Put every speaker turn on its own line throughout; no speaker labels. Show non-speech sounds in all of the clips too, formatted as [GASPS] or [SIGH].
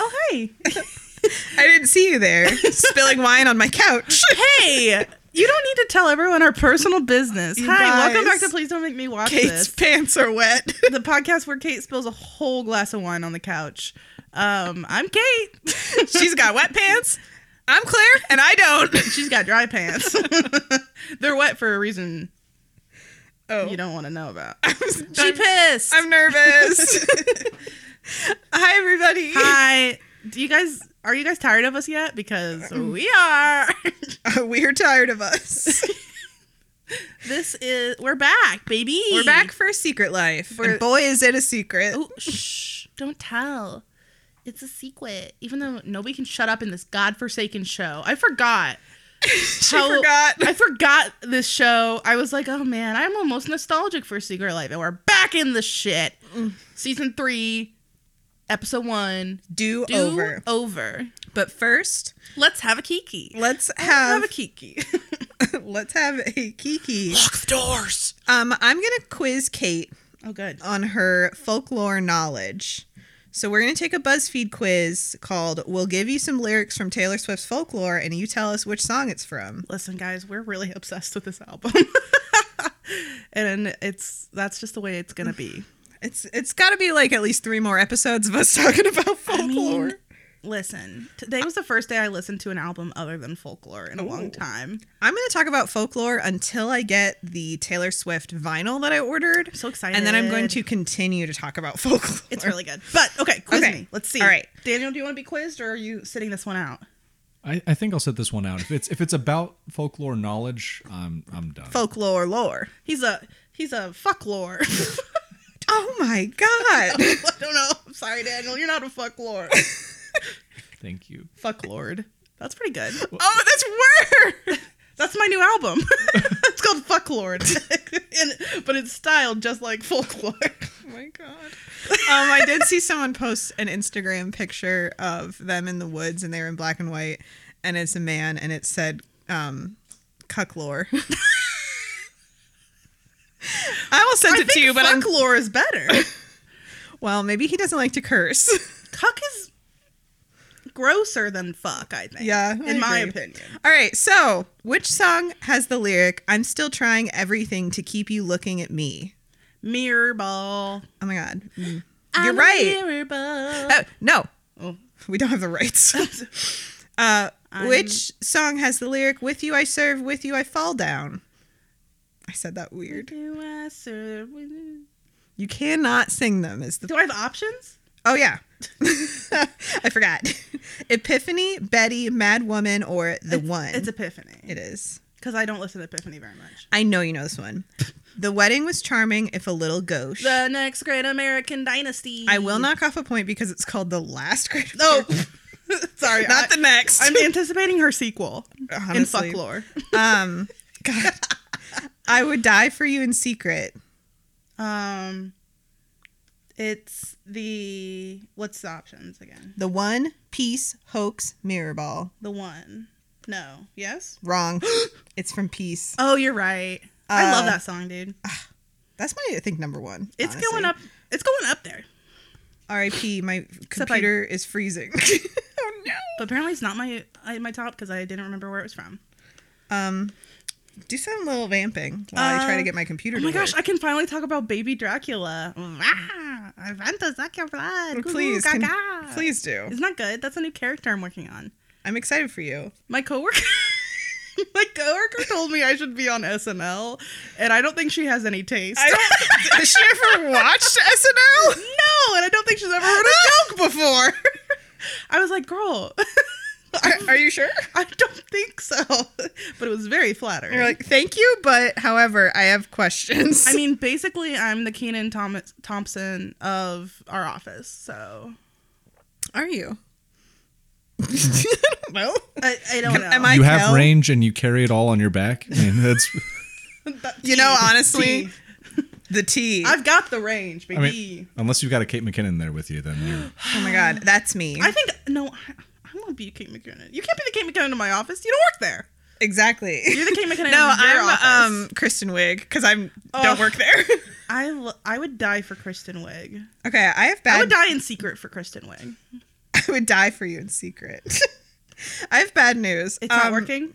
Oh, Hey,
[LAUGHS] I didn't see you there
[LAUGHS]
spilling wine on my couch. [LAUGHS]
hey, you don't need to tell everyone our personal business.
You
Hi, welcome
guys.
back to Please Don't Make Me Watch
Kate's
This,
pants are wet. [LAUGHS]
the podcast where Kate spills a whole glass of wine on the couch. Um, I'm Kate. [LAUGHS]
She's got wet pants. I'm Claire, and I don't.
She's got dry pants. [LAUGHS] They're wet for a reason
Oh,
you don't want to know about.
[LAUGHS] I'm,
She pissed.
I'm
[LAUGHS]
nervous. Hi, [LAUGHS] everybody.
Hi. Do you guys are you guys tired of us yet? Because we are.
We're tired of us.
this is we're back, baby.
We're back for Secret Life.
We're-
and boy, is it a secret. [LAUGHS]
Oh, shh! Don't tell. It's a secret. Even though nobody can shut up in this godforsaken show, I forgot.
she
how-
forgot.
[LAUGHS] I forgot this show. I was like, oh man, I'm almost nostalgic for Secret Life, and we're back in the shit. Season three, episode one.
Do,
Do
over.
over.
But first,
Let's have a kiki.
let's
Have
have,
a kiki.
[LAUGHS] let's have a kiki.
the doors.
Um, I'm gonna quiz Kate
Oh, good.
on her folklore knowledge. So we're going to take a BuzzFeed quiz called We'll Give You Some Lyrics from Taylor Swift's Folklore and you tell us which song it's from.
Listen, guys, we're really obsessed with this album. [LAUGHS] and it's that's just the way it's gonna be.
It's it's got to be like at least 3 more episodes of us [LAUGHS] talking about folklore.
I mean, listen, today was the first day I listened to an album other than folklore in a long time.
I'm going to talk about folklore until I get the Taylor Swift vinyl that I ordered.
So excited.
and then I'm going to continue to talk about [LAUGHS] folklore.
It's really good. But okay, quiz
Okay.
me. Let's see.
All right.
Daniel, do you want to be quizzed or are you sitting this one out?
I, I think I'll set this one out. If it's if it's about folklore knowledge, I'm I'm done.
folklore lore.
He's a he's a fucklore.
[LAUGHS]
[LAUGHS]
Oh my god.
I don't know. I'm sorry, Daniel. You're not a
[LAUGHS]
fucklore.
Thank you.
fucklord. That's pretty good.
oh, that's worse.
That's my new
[LAUGHS]
album. it's called Fucklord. [LAUGHS] and, but it's styled just like folklore.
[LAUGHS] Oh my god. Um, I did see someone post an Instagram picture of them in the woods, and they were in black and white, and it's a man, and it said um, "cucklore." [LAUGHS] I will send
I
it to you,
think
but I'm
folklore is better.
well. Maybe he doesn't like to curse. [LAUGHS]
Cuck is grosser than fuck, I think.
Yeah, I
In my
agree.
opinion.
All right, so which song has the lyric "I'm still trying everything to keep you looking at me"?
Mirror ball.
Oh my god, Mm.
I'm
you're
a
right.
Mirror ball.
Oh, no,
Oh.
we don't have the [LAUGHS] rights. Uh, which song has the lyric "With you I serve, with you I fall down"? I said that weird.
Do I serve with you?
You cannot sing them. Is the
Do I have options?
oh yeah, [LAUGHS] I forgot. [LAUGHS] Epiphany, Betty, Mad Woman, or the
It's-
one.
It's Epiphany.
it is.
Because I don't listen to Epiphany very much.
I know you know this one. [LAUGHS] the wedding was charming, if a little gauche.
The next great American dynasty.
I will knock off a point because it's called the last. Great
Oh, [LAUGHS] sorry.
not
I,
the next.
I'm anticipating her sequel
Honestly.
in folklore.
Um, God. I would die for you in secret.
Um, it's the what's the options again?
The one piece hoax mirror ball.
The one. No. Yes. [GASPS]
Wrong. it's from Peace.
Oh, you're right. I love
Uh,
that song, dude.
That's my I think number one.
It's
honestly.
going up. It's going up there.
R.I.P. My
I-
computer is freezing. [LAUGHS] oh
But apparently, it's not my I, my top because I didn't remember where it was from. Oh
no. Um, do some little vamping while I try to
Uh,
get my computer.
Oh
to
my gosh!
work.
I can finally talk about Baby Dracula. Ah, I want to suck your blood. Goo
please,
goo
can-
gaga.
please do.
Isn't that good? That's a new character I'm working on.
I'm excited for you.
My coworker, [LAUGHS] my coworker told me I should be on SNL, and I don't think she has any taste.
don't, [LAUGHS] has she ever
[LAUGHS]
watched SNL?
no, and I don't think she's ever heard of.
Heard a joke before. [LAUGHS]
I was like, girl, [LAUGHS]
Are, are you sure?
I don't think so, [LAUGHS] but it was very flattering.
You're like, thank you, but however, I have questions.
I mean, basically, I'm the Keenan Thomas Thompson of our office. So
are
[LAUGHS]
you? I don't know.
I, I don't know.
Am I
you have
Kel?
range and you carry it all on your back, and that's.
[LAUGHS]
You know, honestly,
Tea.
the T.
I've got the range,
I
baby. [LAUGHS] I,
mean, unless you've got a Kate McKinnon there with you, then you're,
Oh my god, that's me.
think no. I, I want to be Kate McKinnon. You can't be the Kate McKinnon in my office. You don't work there.
exactly.
You're
[LAUGHS]
the Kate McKinnon.
no,
in your office. Oh.
I'm um Kristen Wiig because I'm don't
Ugh.
work there. [LAUGHS]
I, l- I would die for Kristen Wiig.
okay, I have
I would
bad.
die in secret for Kristen Wiig.
[LAUGHS] I would die for you in secret. [LAUGHS] I have bad news.
It's not
Um,
working.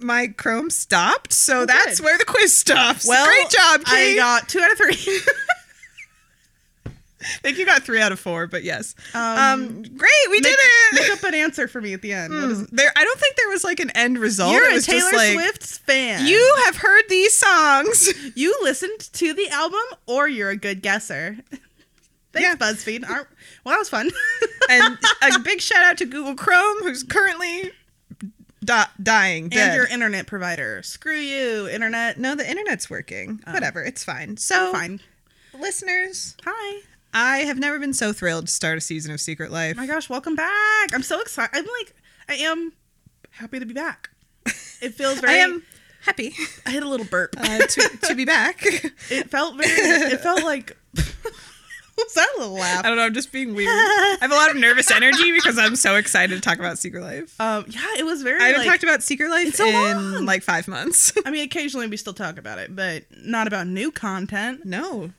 My Chrome stopped, so
Oh,
that's
good.
where the quiz stops. great job,
I
Kate.
got two out of three.
I think you got three out of four, but yes. Um,
Um,
great, we did
[LAUGHS]
it.
Make up an answer for me at the end. What is
Mm, there, I don't think there was like an end result.
You're
it
a
was
Taylor
just like,
Swift fan.
You have heard these songs.
you listened to the album, or you're a good guesser. [LAUGHS] Thanks,
Yeah.
BuzzFeed. Aren't- Well, that was fun.
[LAUGHS]
[LAUGHS]
and a big shout out to Google Chrome, who's currently di- dying.
and
Dead.
your internet provider. Screw you, internet.
no, the internet's working.
Oh.
Whatever, it's fine.
So
So,
fine.
listeners,
Hi.
I have never been so thrilled to start a season of Secret Life.
Oh my gosh, welcome back. I'm so excited. I'm like, I am happy to be back. It feels very.
[LAUGHS] I am happy
I hit a little burp.
[LAUGHS] uh, to, to be back.
it felt very. It felt like. [LAUGHS] was that a little laugh?
[LAUGHS] I don't know, I'm just being [LAUGHS] weird. I have a lot of nervous energy because I'm so excited to talk about Secret Life.
Um, yeah, it was very.
I haven't
like,
talked about Secret Life
It's so
in
long.
like five months.
I mean, occasionally we still talk about it, but not about new content.
No.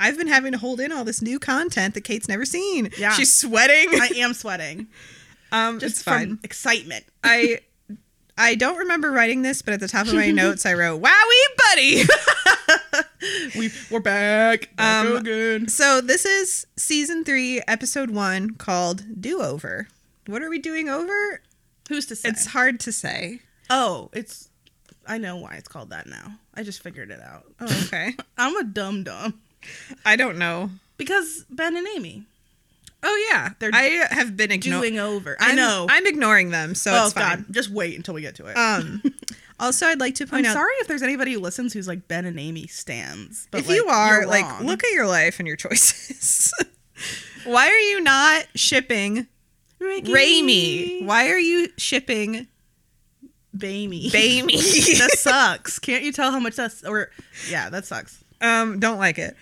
I've been having to hold in all this new content that Kate's never seen.
Yeah.
She's sweating.
I am sweating
[LAUGHS] um
just
it's
from
fine.
excitement.
I I don't remember writing this, but at the top
[LAUGHS]
of my notes I wrote, Wowie buddy. [LAUGHS]
We we're back. back
Um,
again.
so this is season three, episode one, called Do Over. What are we doing over?
Who's to say?
It's hard to say.
oh, it's. I know why it's called that now. I just figured it out.
Oh,
[LAUGHS]
okay.
I'm a dumb dumb
I don't know.
because Ben and Amy
Oh yeah.
They're
I have been ignoring
doing over. I know.
I'm ignoring them, so
oh
it's fine.
God, Uh, just wait until we get to it.
Um also I'd like to
I'm
point out
sorry if there's anybody who listens who's like Ben and Amy stands. But
if you
like,
are
you're
like
wrong.
look at your life and your choices [LAUGHS] why are you not shipping
Ricky,
Raimi? why are you shipping
Baby, [LAUGHS]
Baimi?
that sucks. Can't you tell how much that's or yeah, that sucks.
um don't like it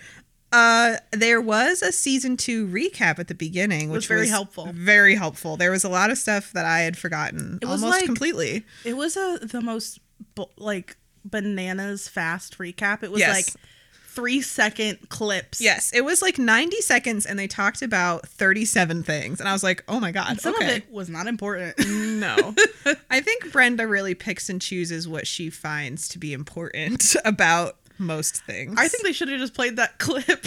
uh there was a season two recap at the beginning
Was
which
very helpful.
very helpful there was a lot of stuff that i had forgotten
It was
almost
like-
completely
It was a the most bu- like bananas fast recap. It was
Yes.
like three second clips.
yes it was like 90 seconds and they talked about 37 things and i was like oh my god
And some of
okay.
it was not
[LAUGHS]
important.
No. I think Brenda really picks and chooses what she finds to be important [LAUGHS] about most things.
I think they should have just played that clip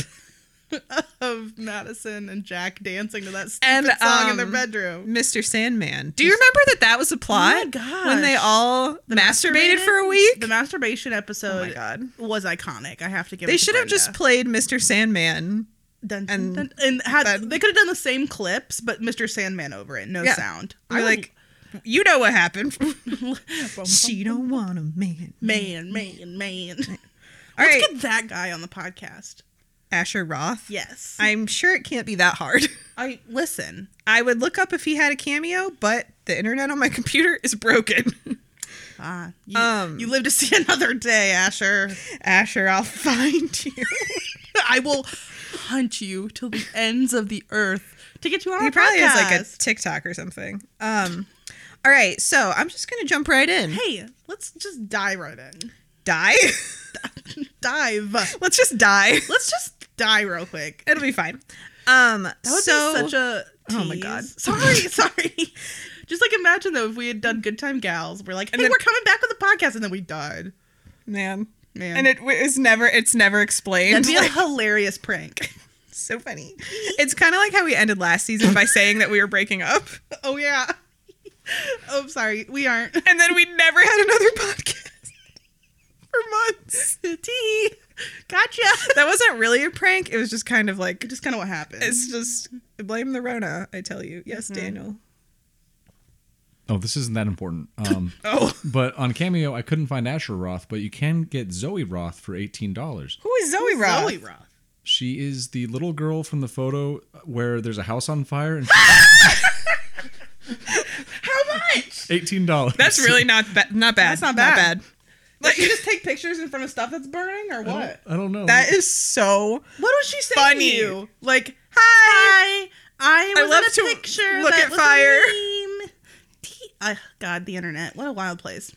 [LAUGHS] of Madison and Jack dancing to that stupid
And,
song in their
um,
bedroom.
Mr. Sandman. Oh Do you remember that that was a plot?
my gosh.
When they all masturbated, for a week?
The masturbation episode
oh my god.
was iconic. I have to give.
They
it to
should have just
Brenda.
played Mr. Sandman.
dun,
and
and and had
then-
they could have done the same clips, but Mr. Sandman over it, no
Yeah.
sound. [LAUGHS]
You're like, you know what happened. [LAUGHS] she don't want a man.
man, man, man.
All
Let's
right,
get that guy on the podcast.
Asher Roth.
Yes, I,
I'm sure it can't be that hard. [LAUGHS]
listen.
I would look up if he had a cameo, but the internet on my computer is broken. [LAUGHS]
Ah, you,
Um,
you live to see [LAUGHS] another day, [LAUGHS] Asher.
Asher, I'll find you.
I will hunt you till the ends of the earth to get you on.
He
our
probably
podcast.
has like a TikTok or something. Um, all right, so I'm just gonna jump right in.
Hey, let's just dive right in.
Die. [LAUGHS]
[LAUGHS] Dive.
Let's just die.
[LAUGHS] Let's just die real quick.
[LAUGHS] It'll be fine. Um,
That would
so
be such a
Oh
[LAUGHS]
my God.
tease. Sorry, sorry. Just like imagine though if we had done Good Time Gals, we're like, hey,
And then-
we're coming back with the podcast, and then we died.
man,
Man,
and it w- is never. It's never explained.
that'd
[LAUGHS]
be
Like,
a hilarious prank. [LAUGHS]
so funny. It's kind of like how we ended last season by saying that we were breaking up,
[LAUGHS] oh yeah. oh, sorry, we aren't.
and then we never had another podcast [LAUGHS] for months.
T. Gotcha.
That wasn't really a prank. It was just kind of like
Just kind of what happened.
it's just blame the Rona. I tell you, yes,
Mhm.
Daniel.
Oh, this isn't that important. Um,
[LAUGHS] Oh,
but on Cameo, I couldn't find Asher Roth, but you can get Zoe Roth for eighteen dollars.
who is Zoe Roth?
Zoe Roth.
She is the little girl from the photo where there's a house on fire and
How much?
eighteen dollars.
[LAUGHS] That's really not ba- not bad.
That's not bad. Like, [LAUGHS] you
Like
just take pictures in front of stuff that's burning, or what?
I don't
[LAUGHS]
know.
that is so.
What was she saying
Funny.
to you? Like, hi, I was
love
in
to
a picture.
look
that
at
was
fire."
A meme. T- I- God, the internet. What a wild place.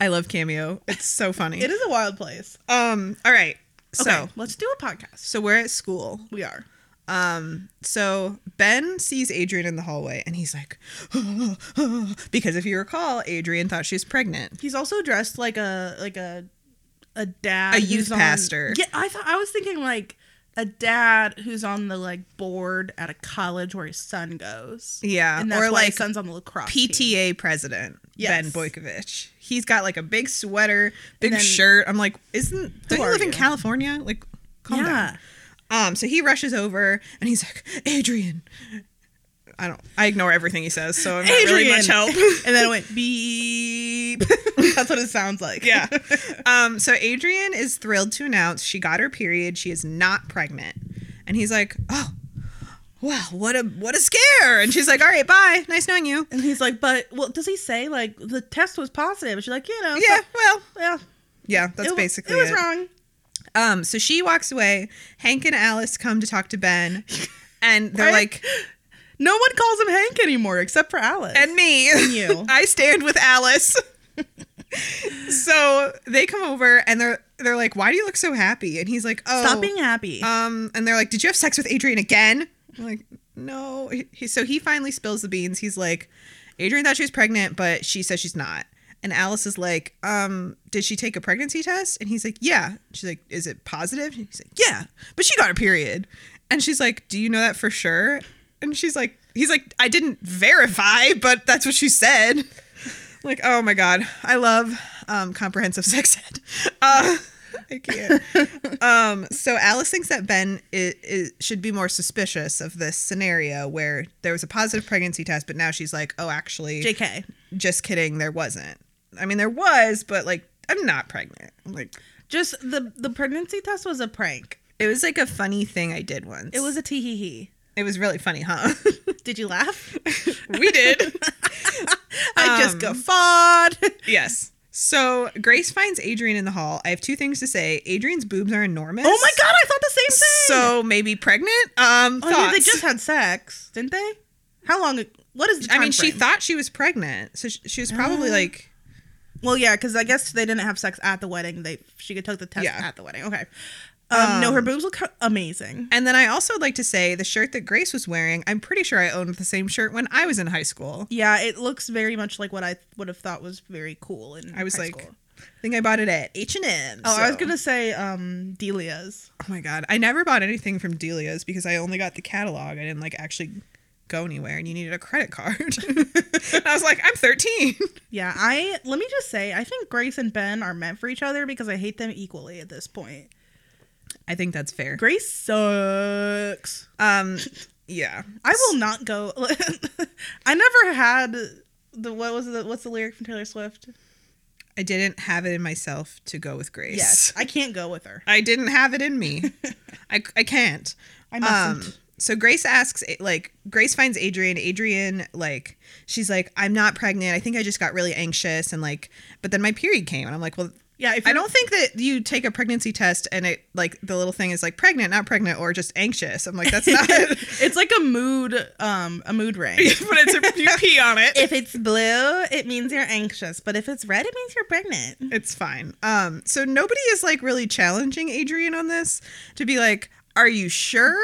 I love Cameo. It's so funny.
It is a wild place.
Um. All right. So
okay, let's do a podcast.
so we're at school.
We are.
Um, so Ben sees Adrian in the hallway and he's like, [GASPS] because if you recall, Adrian thought she was pregnant.
He's also dressed like a like a a dad,
A
who's
youth
on-
pastor.
Yeah, I thought I was thinking like a dad who's on the like board at a college where his son goes.
Yeah.
and that's
Or
why
like
his son's on the lacrosse team.
PTA president Ben
Yes.
Boykovich. He's got like a big sweater, big
then-
shirt. I'm like, isn't don't you
are
live in
you?
California? Like, calm
Yeah.
down. Um, so he rushes over and he's like, Adrian. I don't. I ignore everything he says, so I'm not really much help.
[LAUGHS] and then it went [LAUGHS] beep. That's what it sounds like. [LAUGHS]
yeah. Um, so Adrian is thrilled to announce she got her period. She is not pregnant, and he's like, oh. Wow, what a what a scare! And she's like, "All right, bye. Nice knowing you."
And he's like, but well, does he say like the test was positive? And she's like, you know,
Yeah, well,
yeah,
yeah, that's
it, wa-
basically
it was
it.
wrong.
Um, so she walks away. Hank and Alice come to talk to Ben, and they're
Right?
like,
No one calls him Hank anymore except for Alice.
"And me,
you.
[LAUGHS] I stand with Alice." [LAUGHS] so they come over and they're they're like, "Why do you look so happy?" And he's like, "Oh,
stop being happy.
um." And they're like, "Did you have sex with Adrian again?" I'm like, "No." He- He, so he finally spills the beans. He's like, "Adrian thought she was pregnant, but she says she's not." And Alice is like, um, did she take a pregnancy test? And he's like, yeah. She's like, is it positive? And he's like, yeah, but she got her period. And she's like, do you know that for sure? And she's like, he's like, I didn't verify, but that's what she said. Like, oh my God, I love um, comprehensive [LAUGHS] sex ed. Uh, I can't. [LAUGHS] um, so Alice thinks that Ben i i should be more suspicious of this scenario where there was a positive pregnancy test, but now she's like, oh, actually,
Jk.
just kidding there wasn't i mean there was but like i'm not pregnant like
Just the the pregnancy test was a prank.
it was like a funny thing i did once
It was a tee hee hee.
it was really funny huh
Did you laugh? [LAUGHS]
[LAUGHS] we [LAUGHS] did
I just guffawed.
yes so grace finds adrian in the hall i have two things to say adrian's boobs are enormous
[LAUGHS] oh my god, I thought the same thing.
so maybe pregnant um
Oh, yeah, they
thoughts.
just had sex, didn't they? How long? What is? The
i mean she
timeframe?
thought she was pregnant so she, she was probably
Ah.
like
Well, yeah, because I guess they didn't have sex at the wedding. They she could take the test
Yeah.
at the wedding. Okay. Um, no, her boobs look amazing.
and then i also would like to say the shirt that grace was wearing i'm pretty sure i owned the same shirt when i was in high school
Yeah, it looks very much like what I would have thought was very cool. And
i was
high
like
school.
i think i bought it at h&m
oh, I was
so-
gonna say um, Delia's.
Oh my god, I never bought anything from Delia's because I only got the catalog. I didn't like actually go anywhere, and you needed a credit card. [LAUGHS] I was like, I'm 13.
Yeah, I let me just say I think Grace and Ben are meant for each other because I hate them equally at this point.
I think that's fair.
Grace sucks.
Um, yeah,
I will not go. [LAUGHS] I never had the what was the what's the lyric from Taylor Swift?
I didn't have it in myself to go with Grace.
Yes, I can't go with her.
I didn't have it
[LAUGHS]
in me. I I can't.
I
Um,
mustn't.
so Grace asks, eh, like, Grace finds Adrian. Adrian, like, she's like, I'm not pregnant. I think I just got really anxious, and like, but then my period came, and I'm like, well,
yeah, if
I
you're-
don't think that you take a pregnancy test and it like the little thing is like pregnant, not pregnant, or just anxious. I'm like,
[LAUGHS]
that's not. [LAUGHS] but
it's like a mood, um, a mood
[LAUGHS]
ring.
it's a, you pee on it.
if it's blue, it means you're anxious. But if it's red, it means you're pregnant.
It's fine. Um, so nobody is like really challenging Adrian on this to be like, are you sure?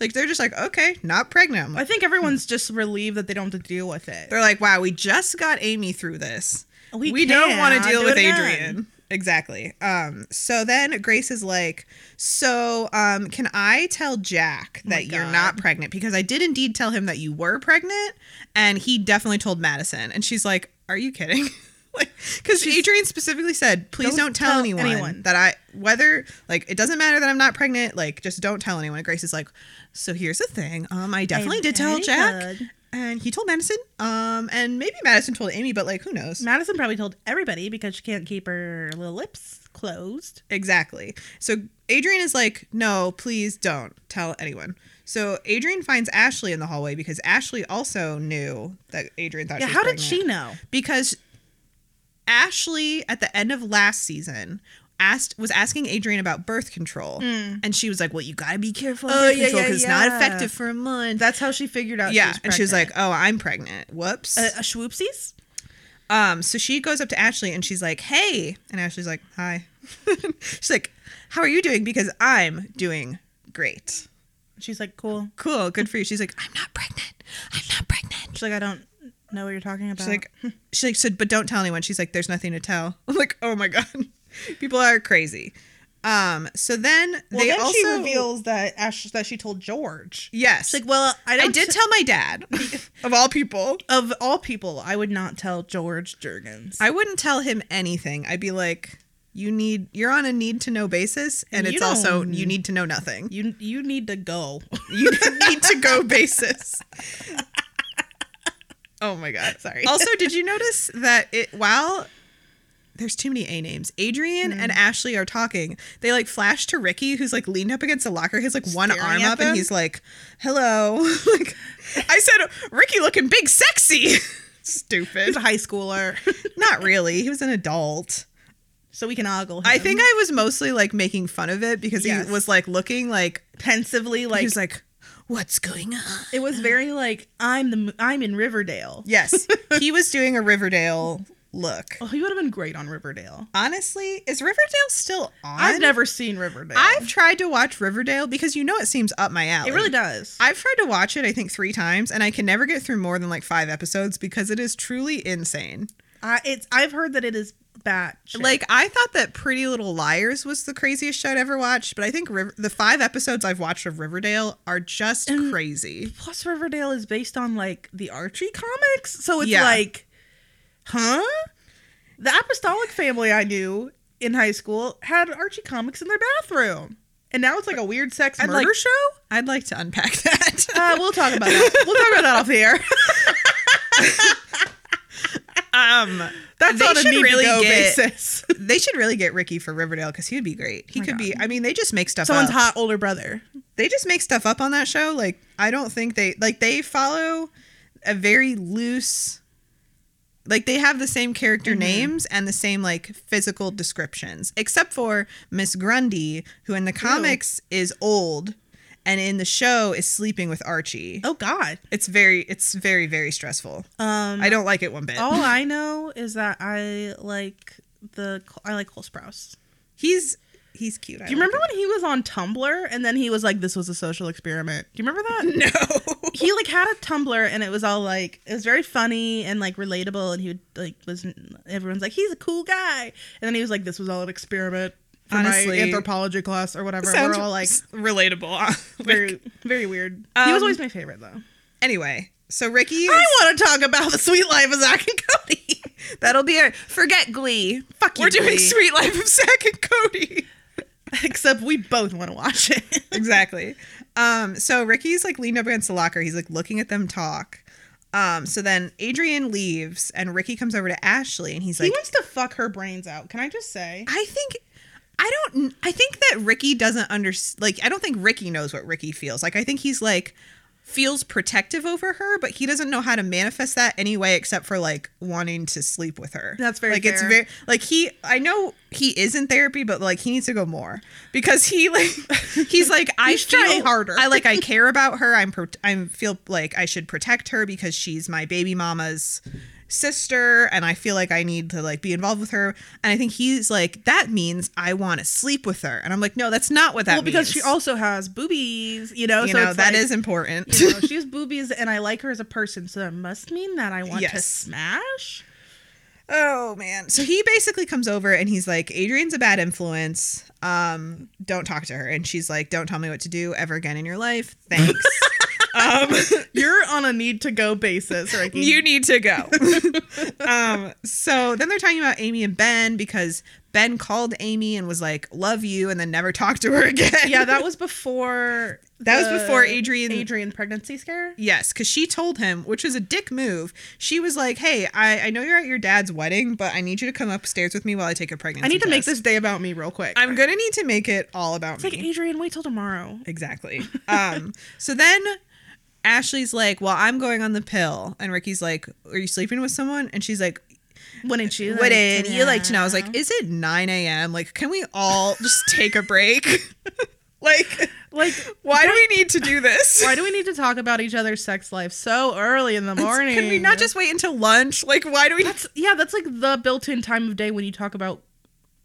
Like they're just like, okay, not pregnant. I'm
I
like,
think everyone's just relieved that they don't have to deal with it.
they're like, wow, we just got Amy through this.
We
don't want to
can't
deal
do
with
it again.
Adrian. Exactly. Um, so then Grace is like, So um, can I tell Jack that
Oh my
you're
God.
not pregnant? Because I did indeed tell him that you were pregnant, and he definitely told Madison. And she's like, Are you kidding? [LAUGHS] like, because Adrian specifically said, Please
"Don't
don't, tell,
tell
anyone,
anyone."
that I, whether, like, it doesn't matter that I'm not pregnant, like, just don't tell anyone. And Grace is like, So here's the thing. Um, I definitely did tell
already
Jack.
told.
And he told Madison, um, and maybe Madison told Amy, but like who knows?
Madison probably told everybody because she can't keep her little lips closed.
Exactly. So Adrian is like, no, please don't tell anyone. So Adrian finds Ashley in the hallway because Ashley also knew that Adrian thought
Yeah,
she was
how did
pregnant.
she know?
Because Ashley at the end of last season asked was asking Adrian about birth control. And she was like, Well, you gotta be careful of
Oh,
birth
yeah,
control
yeah,
because it's not
yeah.
effective for a month.
That's how she figured out.
yeah.
she was
and she was like,
pregnant.
Oh, I'm pregnant. Whoops.
uh, uh, swoopsies.
Um, so she goes up to Ashley and she's like, "Hey," and Ashley's like, [LAUGHS] "Hi." she's like, "How are you doing?" Because I'm doing great.
She's like, cool.
Cool, good for you. She's like, I'm not pregnant. I'm not pregnant.
She's like, I don't know what you're talking about.
She's like, [LAUGHS] she like said, but don't tell anyone. She's like, there's nothing to tell. [LAUGHS] I'm like, oh my god, people are crazy. Um, so then
well,
they
then
also
she reveals that Ash that she told George.
yes,
She's like, well, I
I
don't
did tell my
[LAUGHS]
dad, [LAUGHS] of all people.
of all people, I would not tell George Jurgens.
I wouldn't tell him anything. I'd be like, you need, you're on a need to know basis, and,
And you
it's also
don't-
you need to know nothing.
you you need to go. [LAUGHS]
You need to go basis. oh my god, sorry. Also, did you notice that it while there's too many A names. Adrian and Ashley are talking. They like flash to Ricky, who's like leaned up against the locker. He's like one
Staring
arm
at
up,
them?
and he's like, "Hello." [LAUGHS] like, I said, Ricky looking big, sexy. [LAUGHS] Stupid.
He's a high schooler,
Not really. He was an adult.
so we can ogle him.
I think I was mostly like making fun of it because
Yes.
he was like looking like,
pensively
he
like,
was like, what's going on?
it was very like I'm the mo- I'm in Riverdale. [LAUGHS]
Yes, he was doing a Riverdale look.
Oh, he would have been great on Riverdale.
Honestly, is Riverdale still on?
I've never seen Riverdale.
I've tried to watch Riverdale because you know it seems up my alley.
it really does.
I've tried to watch it, I think, three times, and I can never get through more than like five episodes because it is truly insane.
I it's I've heard that it is bad. shit.
Like I thought that Pretty Little Liars was the craziest show I'd ever watched, but I think River- the five episodes I've watched of Riverdale are just
And-
crazy.
plus Riverdale is based on like the Archie comics, so it's
Yeah.
like, huh? The Apostolic family I knew in high school had Archie comics in their bathroom, and now it's like a weird sex
I'd
murder
like-
show.
I'd like to unpack [LAUGHS] that.
Uh, we'll talk about that. We'll talk about that off the air.
um,
[LAUGHS] That's
They
on a
should
need
really
to go
get-
basis.
they should really get Ricky for Riverdale because he'd be great. He
Oh my
could
God.
be. I mean, they just make
[LAUGHS]
stuff.
Someone's
up.
hot older brother.
They just make stuff up on that show. Like I don't think they like they follow a very loose. Like they have the same character
Mm-hmm.
names and the same like physical descriptions, except for Miss Grundy, who in the comics is old, and in the show is sleeping with Archie.
Oh God.
It's very, it's very, very stressful.
Um,
I don't like it one bit.
all I know is that I like the I like Cole Sprouse.
he's he's cute. I
Do you
like
remember when he was on Tumblr and then he was like, "This was a social experiment"? Do you remember [LAUGHS] that?
him. No.
he like had a Tumblr and it was all like it was very funny and like relatable and he would like was everyone's like he's a cool guy and then he was like this was all an experiment for
Honestly,
my anthropology class or whatever.
Sounds
We're all [LAUGHS] like
s- relatable. [LAUGHS]
very very weird. he was
Um,
always my favorite though. [LAUGHS]
anyway, so Ricky, is-
I want to talk about the sweet life of Zach and Cody.
[LAUGHS] that'll be our forget Glee.
Fuck you.
We're doing
Glee.
Sweet Life of Zach and Cody.
except we both want to watch it.
[LAUGHS]
[LAUGHS]
exactly. Um, so Ricky's like leaned up against the locker. He's like looking at them talk. Um, so then Adrian leaves, and Ricky comes over to Ashley, and he's
he
like,
wants to fuck her brains out. Can I just say?
"I think." I don't. I think that Ricky doesn't understand. Like, I don't think Ricky knows what Ricky feels. Like, I think he's like feels protective over her, but he doesn't know how to manifest that anyway, except for like wanting to sleep with her.
That's very
like it's
fair.
very like he. I know he is in therapy, but like he needs to go more because
[LAUGHS]
he like he's like I
He's trying
feel
harder.
I
[LAUGHS]
like I care about her. I'm pro- I feel like I should protect her because she's my baby mama's sister and I feel like I need to like be involved with her and I think he's like that means I want to sleep with her and I'm like no that's not what that
well, because
means.
she also has boobies, you know.
you
so
know
it's
that is
like-
important
you know, [LAUGHS] she has boobies and I like her as a person, so that must mean that I want to
Yes.
smash.
[LAUGHS] Oh man. So he basically comes over and he's like, Adrian's a bad influence. Um, don't talk to her. And she's like, Don't tell me what to do ever again in your life.
[LAUGHS]
Thanks.
You're on a need to go [LAUGHS] basis, right?
[LAUGHS] you need to go. um, so then they're talking about Amy and Ben because Ben called Amy and was like, Love you, and then never talked to her [LAUGHS] again.
yeah, that was before.
That was
the
before Adrian-
Adrian pregnancy scare.
Yes, because she told him, which was a dick move. She was like, Hey, I, I know you're at your dad's wedding, but I need you to come upstairs with me while I take a pregnancy.
I need to make
test."
this day about me real quick.
I'm gonna need to make it all about
it's like
me.
Adrian, wait till tomorrow.
Exactly. Um, so then Ashley's like, Well, I'm going on the pill. And Ricky's like, Are you sleeping with someone? And she's like,
Wouldn't you? like
Wouldn't
to
you like to know? I was
know?
like, Is it 9 a.m.? Like, can we all just take a break? [LAUGHS] like,
like,
why do we need to do
[LAUGHS]
this?
why do we need to talk about each other's sex life so early in the morning?
[LAUGHS] Can we not just wait until lunch? Like, why do we?
That's yeah. That's like the built-in time of day when you talk about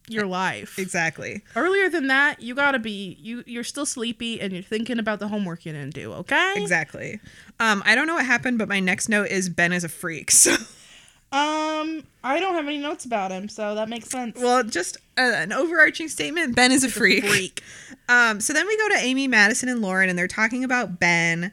your life.
Exactly.
Earlier than that, you gotta be you. You're still sleepy and you're thinking about the homework you didn't do. Okay.
Exactly. Um, I don't know what happened, but my next note is Ben is a freak. [LAUGHS] So,
Um, I don't have any notes about him, so that makes sense.
well, just uh an overarching statement Ben is a freak.
freak.
Um, so then we go to Amy, Madison, and Lauren, and they're talking about Ben.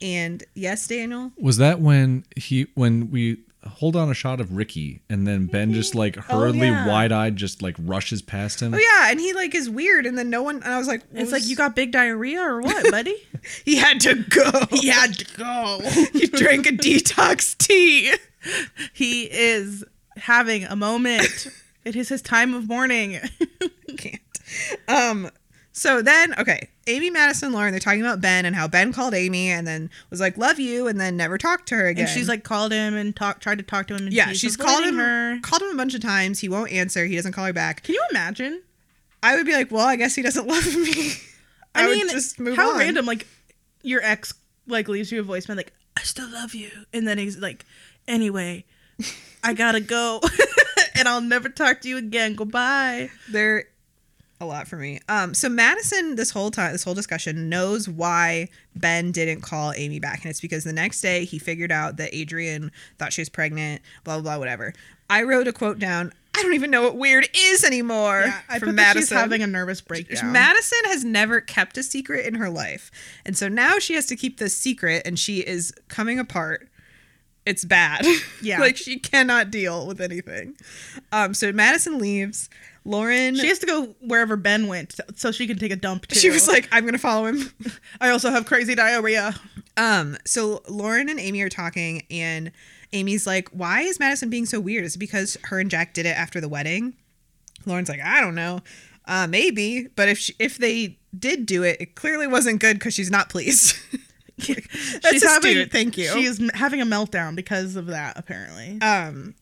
And yes, Daniel?
Was that when he when we hold on a shot of Ricky and then Ben just like hurriedly
yeah.
wide eyed just like rushes past him?
Mm-hmm. Oh, yeah. And he, like, is weird. And then no one, and I was like,
It's
"Well,
like you got big diarrhea or
[LAUGHS]
what, buddy?
he had to go.
[LAUGHS]
He had to go. [LAUGHS] he drank a detox tea. [LAUGHS]
he is having a moment. It is his time of mourning.
can't. Um, so then, okay, Amy, Madison, Lauren, they're talking about Ben and how Ben called Amy and then was like, love you, and then never talked to her again.
And she's like called him and talked, tried to talk to him. And
yeah,
he's
she's called
avoiding
him,
her.
called him a bunch of times. He won't answer. He doesn't call her back.
Can you imagine?
I would be like, well, I guess he doesn't [LAUGHS] love me.
I,
would
mean,
just move
how
on.
random! Like your ex like leaves you a voicemail, like I still love you, and then he's like, anyway, I gotta go, [LAUGHS] and I'll never talk to you again. Goodbye.
They're a lot for me. Um, so Madison, this whole time, this whole discussion, knows why Ben didn't call Amy back, and it's because the next day he figured out that Adrian thought she was pregnant. Blah blah, blah whatever. I wrote a quote down. I don't even know what weird is anymore.
I
from
put that
Madison.
she's having a nervous breakdown.
Madison has never kept a secret in her life, and so now she has to keep this secret, and she is coming apart. It's bad. [LAUGHS]
Yeah.
like she cannot deal with anything. Um, so Madison leaves. Lauren.
She has to go wherever Ben went so she can take a dump too.
She was like, I'm gonna follow him. [LAUGHS]
I also have crazy diarrhea.
Um, so Lauren and Amy are talking, and Amy's like, Why is Madison being so weird? Is it because her and Jack did it after the wedding? Lauren's like, I don't know. Uh, maybe, but if she, if they did do it, it clearly wasn't good because she's not pleased. [LAUGHS] That's
she's
astute,
having,
thank you.
She is m- having a meltdown because of that, apparently.
um,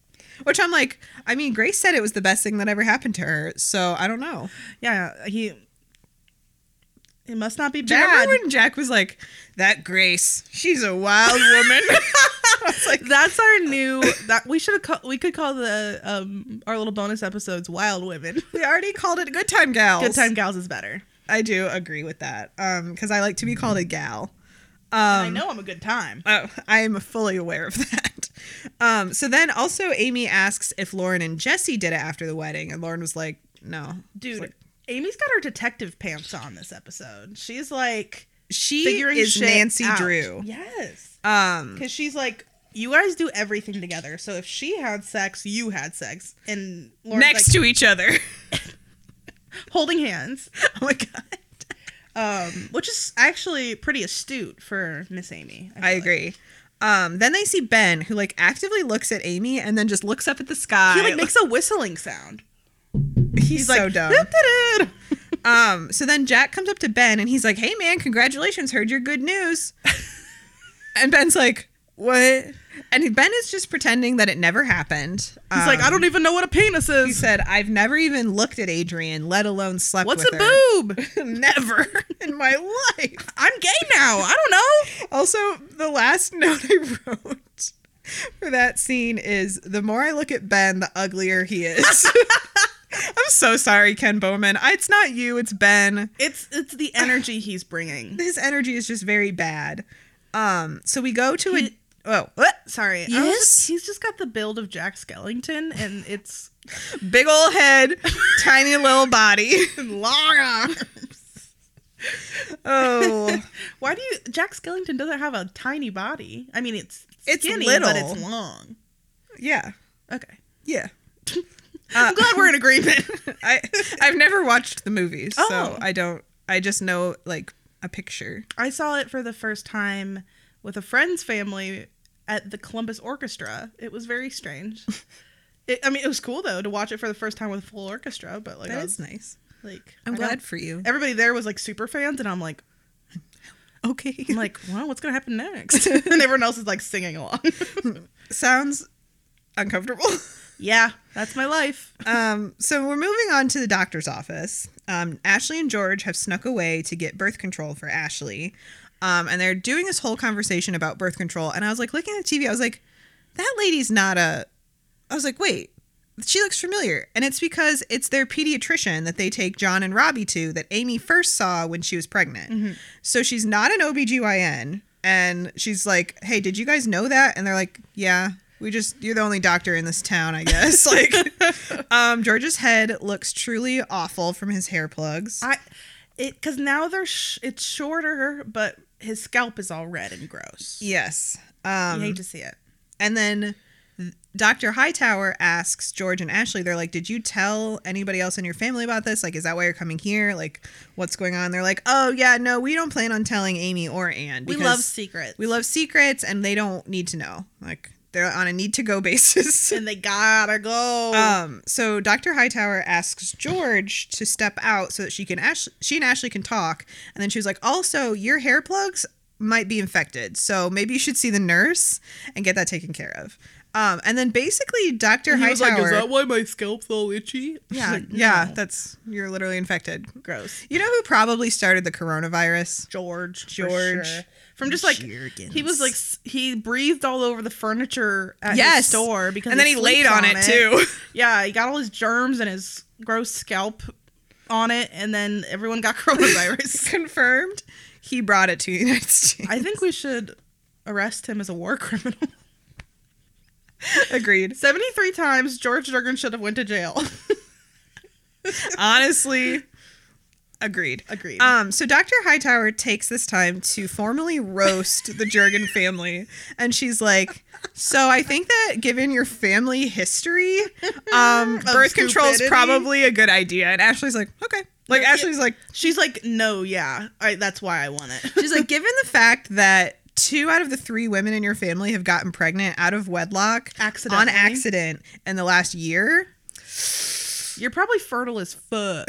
which I'm like, I mean, Grace said it was the best thing that ever happened to her, so I don't know.
yeah, he. It must not be
Do you
bad.
remember when Jack was like, "That Grace, she's a wild
[LAUGHS]
woman." [LAUGHS] It's like,
That's our new that we should have call, we could call the um our little bonus episodes "Wild Women." [LAUGHS]
we already called it "Good Time Gals."
Good time gals is better.
I do agree with that. Um, because I like
Mm-hmm.
to be called a gal.
I know I'm a good time.
Oh, I am fully aware of [LAUGHS] that. Um, so then also Amy asks if Lauren and Jesse did it after the wedding, and Lauren was like, "No,
Dude,
Like-
Amy's got her detective pants on this episode. She's like
she
figuring
is
shit
Nancy
out.
Drew."
Yes.
Um,
Cuz she's like you guys do everything together. So if she had sex, you had sex and Lauren's
next
like Oh
to
[LAUGHS]
each other.
holding [LAUGHS] hands.
oh my god,
Um which is actually pretty astute for Miss Amy.
[LAUGHS] I
feel like.
agree. Um, then they see Ben, who like actively looks at Amy and then just looks up at the sky.
He like makes a whistling sound.
he's,
like,
so dumb. [LAUGHS] Um, so then Jack comes up to Ben and he's like, "Hey man, congratulations! Heard your
[LAUGHS]
good news." and Ben's like, "What?" And Ben is just pretending that it never happened. Um,
He's like, I don't even know what a penis
He
is.
said, "I've never even looked at Adrian, let alone slept
What's
with
a
her."
boob?
[LAUGHS] never
[LAUGHS]
in my life.
I'm gay now. I don't know.
Also, the last [LAUGHS] note I wrote for that scene is the more I look at Ben, the uglier he is. [LAUGHS] I'm so sorry, Ken Bowman. I- It's not you, it's Ben.
It's it's the energy he's bringing.
his energy is just very bad. Um, so we go to a
He-
oh what?
Sorry. I was
Yes?
just- he's just got the build of Jack Skellington, and it's
big
[LAUGHS]
old head, tiny little body.
long arms.
Oh,
Why do you? Jack Skellington doesn't have a tiny body. I mean, it's
It's
skinny, but
little.
it's long.
yeah,
Okay.
yeah.
[LAUGHS] I'm glad we're in agreement.
[LAUGHS] I I've never watched the movie, so
Oh.
I don't. I just know like a picture.
I saw it for the first time with a friend's family at the Columbus Orchestra. It was very
[LAUGHS]
strange. It, I mean, it was cool though to watch it for the first time with a full orchestra. But like, I
That
was,
is nice.
like,
I'm
I don't-
glad for you.
everybody there was like super fans, and I'm like,
[LAUGHS] Okay,
I'm like, well, what's gonna happen next? [LAUGHS] and everyone else is like singing along. [LAUGHS]
sounds uncomfortable. [LAUGHS]
yeah, that's my life.
um, so we're moving on to the doctor's office. Um, Ashley and George have snuck away to get birth control for Ashley. Um, and they're doing this whole conversation about birth control. And I was like, looking at the TV, I was like, that lady's not a. I was like, wait, she looks familiar. And it's because it's their pediatrician that they take John and Robbie to that Amy first saw when she was pregnant. So she's not an OBGYN. And she's like, hey, did you guys know that? And they're like, yeah, we just, you're the only doctor in this town, I guess. like, um, George's head looks truly awful from his hair plugs.
I it because now they're sh- it's shorter, but his scalp is all red and gross.
yes.
I
Um,
hate to see it.
And then th- Dr. Hightower asks George and Ashley, they're like, Did you tell anybody else in your family about this? Like, is that why you're coming here? Like, what's going on? They're like, Oh, yeah, no, we don't plan on telling Amy or Anne.
We
because
love secrets.
we love secrets and they don't need to know. Like, they're on a need to go [LAUGHS] basis.
and they gotta go.
um, so Dr. Hightower asks George to step out so that she can Ash- she and Ashley can talk. And then she was like, Also, your hair plugs might be infected. So maybe you should see the nurse and get that taken care of. Um, and then basically Dr.
He was like,
Hightower
"Is that why my scalp's all
[LAUGHS]
itchy?"
Yeah, yeah, that's you're literally infected.
Gross.
You know who probably started the coronavirus?
George. for
George.
sure. From just like he was like s- he breathed all over the furniture at
Yes.
his store because
And then he laid
sleeps
on it, too. [LAUGHS]
Yeah, he got all his germs and his gross scalp on it, and then everyone got [LAUGHS] coronavirus.
Confirmed. He brought it to the United States.
I think we should arrest him as a war criminal. [LAUGHS]
Agreed.
Seventy three times George Durgan should have went to jail.
[LAUGHS]
[LAUGHS]
Honestly, agreed.
Agreed.
Um, so Dr. Hightower takes this time to formally roast the Jurgen family, and she's like, "So I think that given your family history, um, birth control is
stupidity?
probably a good idea." And Ashley's like, "Okay." Like Ashley's like,
She's like, no, yeah, I, that's why I want it.
she's like, given the fact that two out of the three women in your family have gotten pregnant out of wedlock on
Accidentally.
accident in the last year,
You're probably fertile as fuck.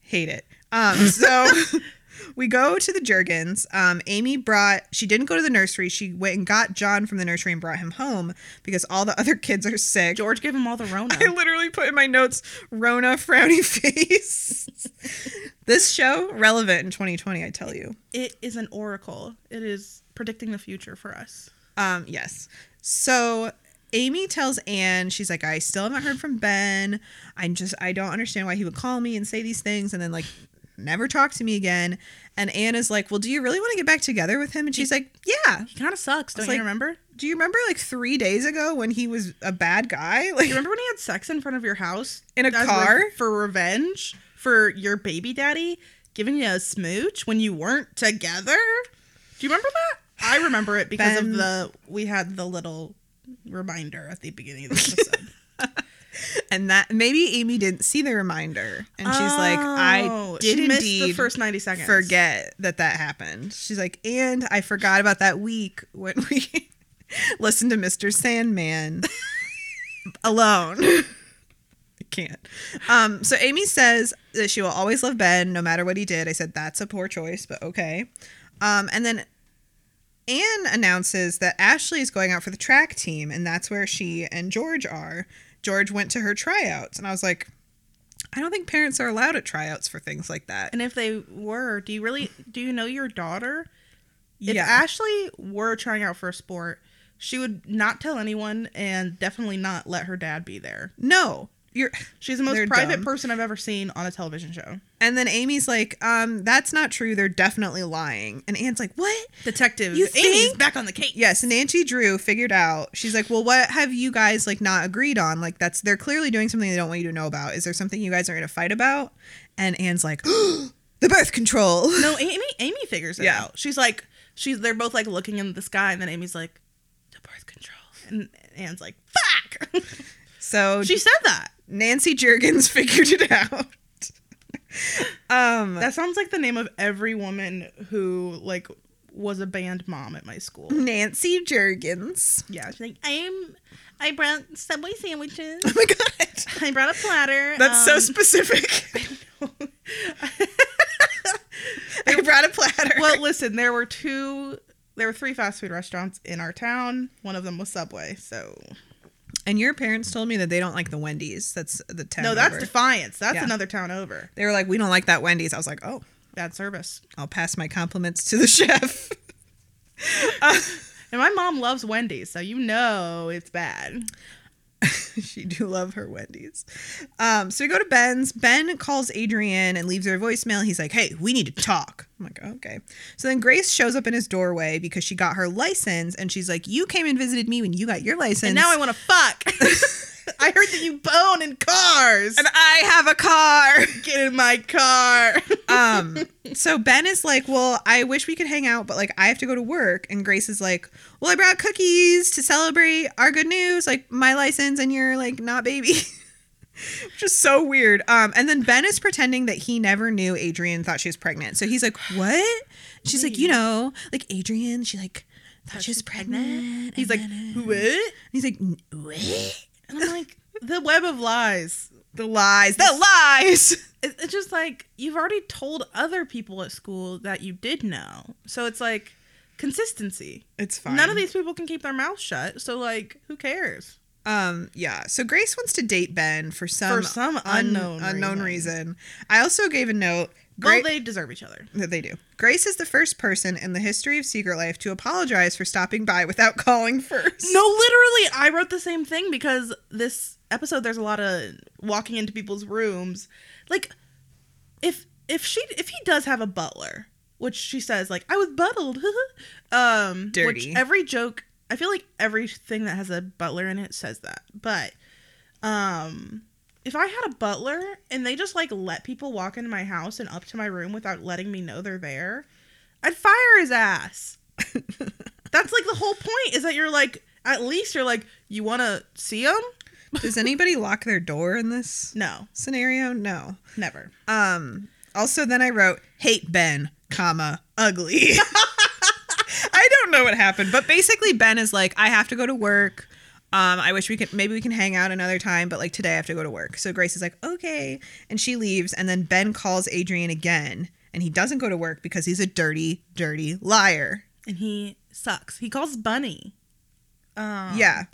hate it. Um, so [LAUGHS] we go to the Jurgens. Um, Amy brought, she didn't go to the nursery. She went and got John from the nursery and brought him home because all the other kids are
[LAUGHS]
sick.
George gave him all the Rona.
I literally put in my notes, Rona frowny [LAUGHS] face. this show, relevant in 2020, I tell you.
It is an oracle. It is predicting the future for us.
Um, yes. So Amy tells Anne, she's like, I still haven't heard from Ben. I'm just, I don't understand why he would call me and say these things and then like never talk to me again. And Anne is like, Well, do you really want to get back together with him? And she's like, Yeah.
He kind of sucks. Don't
like-
you remember?
Do you remember like three days ago when he was a bad guy? Like,
You remember when he had sex in front of your house
In a
As re-
car?
for revenge for your baby daddy giving you a smooch when you weren't together? Do you remember that? I remember it because
Ben-
of the we had the little reminder at the beginning of
[LAUGHS]
the episode.
and that maybe Amy didn't see the reminder. And she's like, I
Oh,
did
she missed the
indeed
first ninety seconds.
forget that that happened. She's like, and I forgot about that week when we [LAUGHS] listened to Mr. Sandman alone. I can't. Um, so Amy says that she will always love Ben no matter what he did. I said, that's a poor choice, but okay. Um, and then Anne announces that Ashley is going out for the track team, and that's where she and George are. George went to her tryouts, and I was like, I don't think parents are allowed at tryouts for things like that.
And if they were, do you really do you know your daughter? If
Yeah.
Ashley were trying out for a sport, she would not tell anyone and definitely not let her dad be there.
No, you're.
She's the most
They're
private
dumb.
person I've ever seen on a television show.
And then Amy's like, um, that's not true. They're definitely lying. And Anne's like, what?
Detective
You
Amy's
think?
back on the case.
Yes, Nancy Drew figured out. She's like, well, what have you guys like not agreed on? Like, that's they're clearly doing something they don't want you to know about. Is there something you guys are in a fight about? And Anne's like, [GASPS] the birth control. [LAUGHS]
No, Amy Amy figures it
Yeah.
out. She's like she's they're both like looking in the sky and then Amy's like, the birth control. And Anne's like, fuck. [LAUGHS]
So
she said that.
Nancy Jurgens [LAUGHS] figured it out. um,
That sounds like the name of every woman who like was a band mom at my school.
Nancy Jurgens.
Yeah, she's like, I'm. I brought Subway sandwiches. [LAUGHS]
[LAUGHS] Oh my god,
I brought a platter.
that's so
um,
specific. [LAUGHS] I brought a platter.
well, listen, there were two. There were three fast food restaurants in our town. One of them was Subway. So
And your parents told me that they don't like the Wendy's. That's the town.
no, that's
over.
Defiance. That's
Yeah.
another town over.
they were like, we don't like that Wendy's. I was like, oh,
Bad service.
I'll pass my compliments to the [LAUGHS] chef.
And my mom loves Wendy's, so you know it's bad.
she do love her Wendy's. Um, so we go to Ben's. Ben calls Adrian and leaves her a voicemail. He's like, "Hey, we need to talk." I'm like, "Okay." So then Grace shows up in his doorway because she got her license, and she's like, "You came and visited me when you got your license,
And now I want to [LAUGHS] fuck. I heard that you bone in cars.
and I have a car." [LAUGHS]
Get in my car.
um so ben is like well i wish we could hang out but like i have to go to work and grace is like well i brought cookies to celebrate our good news like my license and you're like not baby [LAUGHS] just so weird um and then ben is pretending that he never knew adrian thought she was pregnant so he's like what she's like you know like adrian she like thought she was pregnant
He's
and
like, [LAUGHS]
then-
what? And
he's like "N- what?
I'm like, the web of lies.
the lies the lies [LAUGHS]
It- It's just like you've already told other people at school that you did know. So it's like consistency.
it's fine
None of these people can keep their mouth shut. So like, who cares?
Um, yeah. So Grace wants to date Ben for some,
For some
un-
unknown
unknown
reason.
reason. I also gave a note.
Well,
Gra-
they deserve each other.
that they do. Grace is the first person in the history of Secret Life to apologize for stopping by without [LAUGHS] calling first.
No, literally, I wrote the same thing because this episode there's a lot of walking into people's rooms. Like if if she if he does have a butler, which she says like I was buttled. [LAUGHS] um
Dirty.
which every joke I feel like everything that has a butler in it says that. But um if I had a butler and they just like let people walk into my house and up to my room without letting me know they're there, I'd fire his ass. That's like the whole point is that you're like, at least you're like, you want to see him?
Does anybody lock their door in this
No,
scenario? No.
never.
Um, also then I wrote hate Ben, comma, ugly. [LAUGHS] I don't know what happened, but basically Ben is like, I have to go to work. Um, I wish we could maybe we can hang out another time, but like today I have to go to work. So Grace is like, okay. And she leaves, and then Ben calls Adrian again, and he doesn't go to work because he's a dirty, dirty liar.
And he sucks. He calls Bunny. Um,
yeah.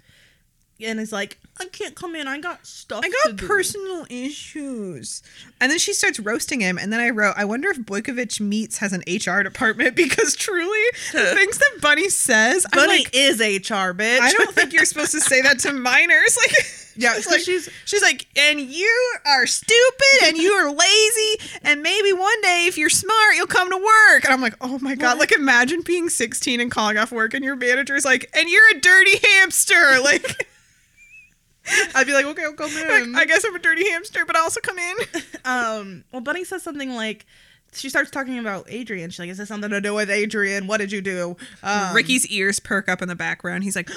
And is like, I can't come in. I got stuff.
I
to
got
do."
personal issues. And then she starts roasting him. And then I wrote, I wonder if Boykovich Meats has an HR department [LAUGHS] because truly the things that Bunny says, I'm
Bunny
like,
is HR, bitch.
I
[LAUGHS]
don't think you're supposed to say that to minors. [LAUGHS] Like,
Yeah,
she's
so
like,
she's-
she's like, and you are stupid and you are lazy. And maybe one day if you're smart, you'll come to work. And I'm like, oh my God. Like, imagine being 16 and calling off work and your manager's like, and you're a dirty hamster. [LAUGHS] Like,
I'd be like, okay, I'll come
Like,
in.
I guess I'm a dirty hamster, but I also come in.
um, well, Bunny says something like, she starts talking about Adrian. She's like, is this something to do with Adrian? What did you do? Um,
Ricky's ears perk up in the background. He's like,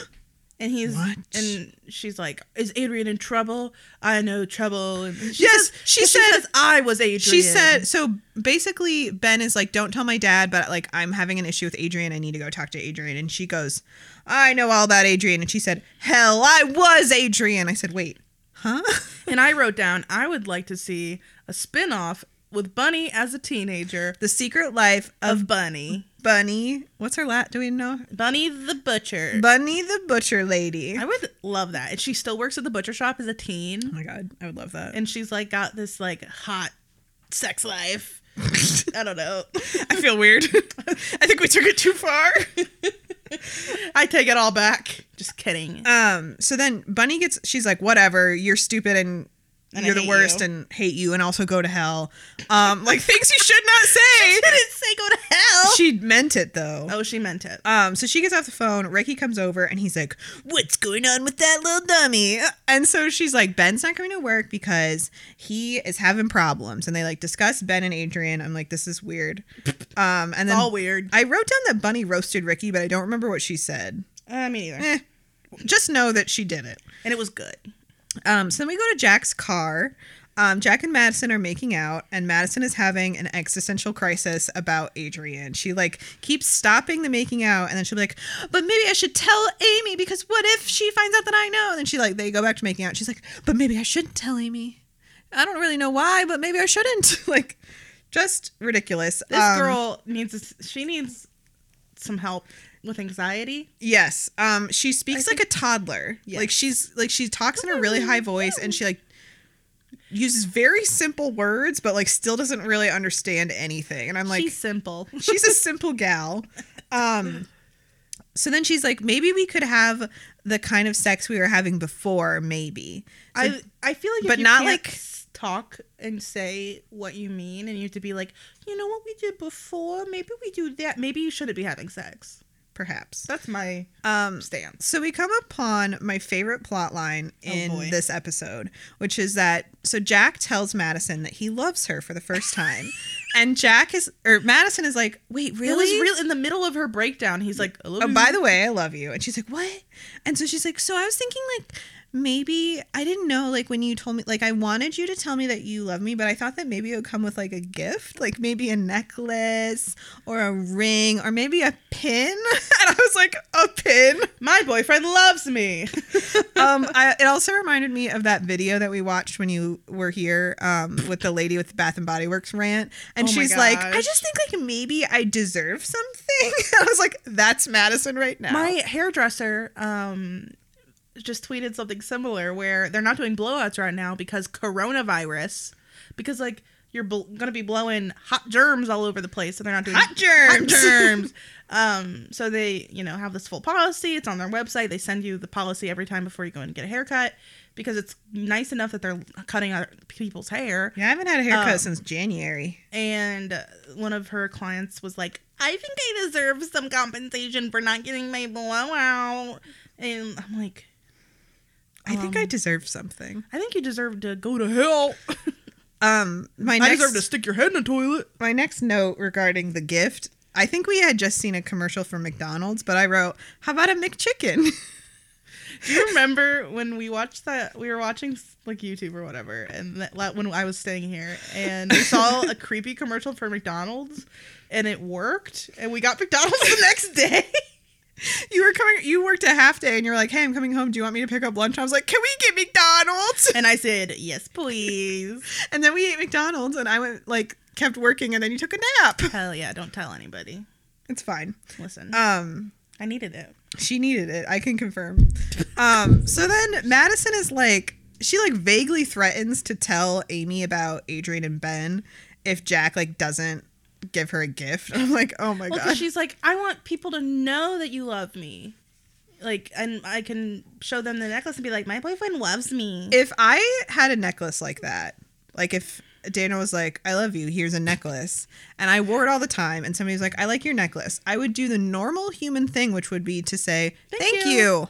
And he's
What?
and she's like, "Is Adrian in trouble? I know trouble." And she
Yes,
says,
she
but
said-
"I was Adrian."
she said. So basically, Ben is like, don't tell my dad, but like, I'm having an issue with Adrian. I need to go talk to Adrian. And she goes, I know all about Adrian. And she said, hell, I was Adrian. I said, wait, huh?
and I wrote down, "I would like to see a spin-off with Bunny as a teenager
the Secret Life of
of Bunny,
Bunny. What's her lat? Do we know?
Bunny the butcher."
Bunny the Butcher Lady.
I
Oh
would love that. And she still works at the butcher shop as a teen,
my God. I would love that. [LAUGHS]
and she's like got this like hot sex life. I don't know.
I feel weird. [LAUGHS] I think we took it too far. [LAUGHS]
I take it all back. Just kidding.
Um, so then Bunny gets she's like, Whatever, you're stupid and,
And I
you're the
hate
worst
you."
and hate you and also go to hell. Um, like things you should
[LAUGHS]
not say.
didn't say go to hell.
she meant it though.
oh, she meant it.
Um, so she gets off the phone, Ricky comes over and he's like, What's going on with that little dummy? And so she's like, Ben's not coming to work because he is having problems. And they like discuss Ben and Adrian. I'm like, this is weird. Um and then
all weird.
I wrote down that Bunny roasted Ricky, but I don't remember what she said.
Uh, me neither.
Eh. Just know that she did it.
And it was good.
Um, so then we go to Jack's car. Um, Jack and Madison are making out, and Madison is having an existential crisis about Adrian. She like keeps stopping the making out, and then she'll be like, "But maybe I should tell Amy because what if she finds out that I know?" And then she like they go back to making out. She's like, "But maybe I shouldn't tell Amy. I don't really know why, but maybe I shouldn't." [LAUGHS] like, just ridiculous.
This
Um,
girl needs she needs some help with anxiety.
Yes. Um she speaks like a toddler.
Yes. Oh,
Like she's like she talks in a really high voice and she like uses very simple words but like still doesn't really understand anything. And I'm like [LAUGHS]
She's simple.
she's a simple gal. Um so then she's like maybe we could have the kind of sex we were having before, maybe. So-
I I feel like if
but
you
not
can't
like-
s- talk and say what you mean, and you have to be like, you know what we did before. Maybe we do that. Maybe you shouldn't be having sex.
perhaps.
That's my
Um,
stance.
So we come upon my favorite plot line in
Oh, boy.
this episode, which is that so Jack tells Madison that he loves her for the
[LAUGHS]
first time. and Jack is or Madison is like, "Wait, really?"
It was Mm-hmm. real in the middle of her breakdown. He's like,
Oh, by the way, I love you. And she's like, "What?" And so she's like, "So I was thinking like maybe I didn't know like when you told me like I wanted you to tell me that you love me, but I thought that maybe it would come with like a gift, like maybe a necklace or a ring or maybe a pin." [LAUGHS] and I was like, "A pin?"
my boyfriend loves me.
um, I, it also reminded me of that video that we watched when you were here um, with the lady with the Bath and Body Works rant, and
Oh my
she's like, "I
gosh.
just think like maybe I deserve something." [LAUGHS] And I was like, "That's Madison right now."
My hairdresser um just tweeted something similar where they're not doing blowouts right now because coronavirus because like you're bl- going to be blowing hot germs all over the place so they're not doing
hot germs.
hot germs. [LAUGHS] um so they, you know, have this full policy. It's on their website. They send you the policy every time before you go and get a haircut because it's nice enough that they're cutting other people's hair.
yeah, I haven't had a haircut
Um,
since January.
And uh, one of her clients was like, I think I deserve some compensation for not getting my blowout. And I'm like,
I think I
um,
deserve something.
I think you deserve to go to hell.
Um, my
I
next
deserve to stick your head in the toilet.
my next note regarding the gift. I think we had just seen a commercial for McDonald's, but I wrote, "How about a McChicken?" [LAUGHS]
Do you remember when we watched that? We were watching like YouTube or whatever, and that, like, when I was staying here, and we [LAUGHS] saw a creepy commercial for McDonald's, and it worked, and we got McDonald's the next [LAUGHS] day.
You were coming. You worked a half day, and you were like, "Hey, I'm coming home. Do you want me to pick up lunch?" I was like, "Can we get McDonald's?"
And I said, Yes, please.
[LAUGHS] And then we ate McDonald's, and I went like kept working, and then you took a nap.
Hell yeah, don't tell anybody.
It's fine.
Listen,
Um,
I needed it.
she needed it. I can confirm. Um, so then Madison is like, she like vaguely threatens to tell Amy about Adrian and Ben if Jack like doesn't give her a gift. [LAUGHS] I'm like, oh my
Well, 'cause
god.
she's like, I want people to know that you love me. Like, and I can show them the necklace and be like, my boyfriend loves me.
if I had a necklace like that, like if Dana was like, I love you, here's a necklace, and I wore it all the time, and somebody was like, I like your necklace, I would do the normal human thing, which would be to say, Thank,
Thank
you.
you."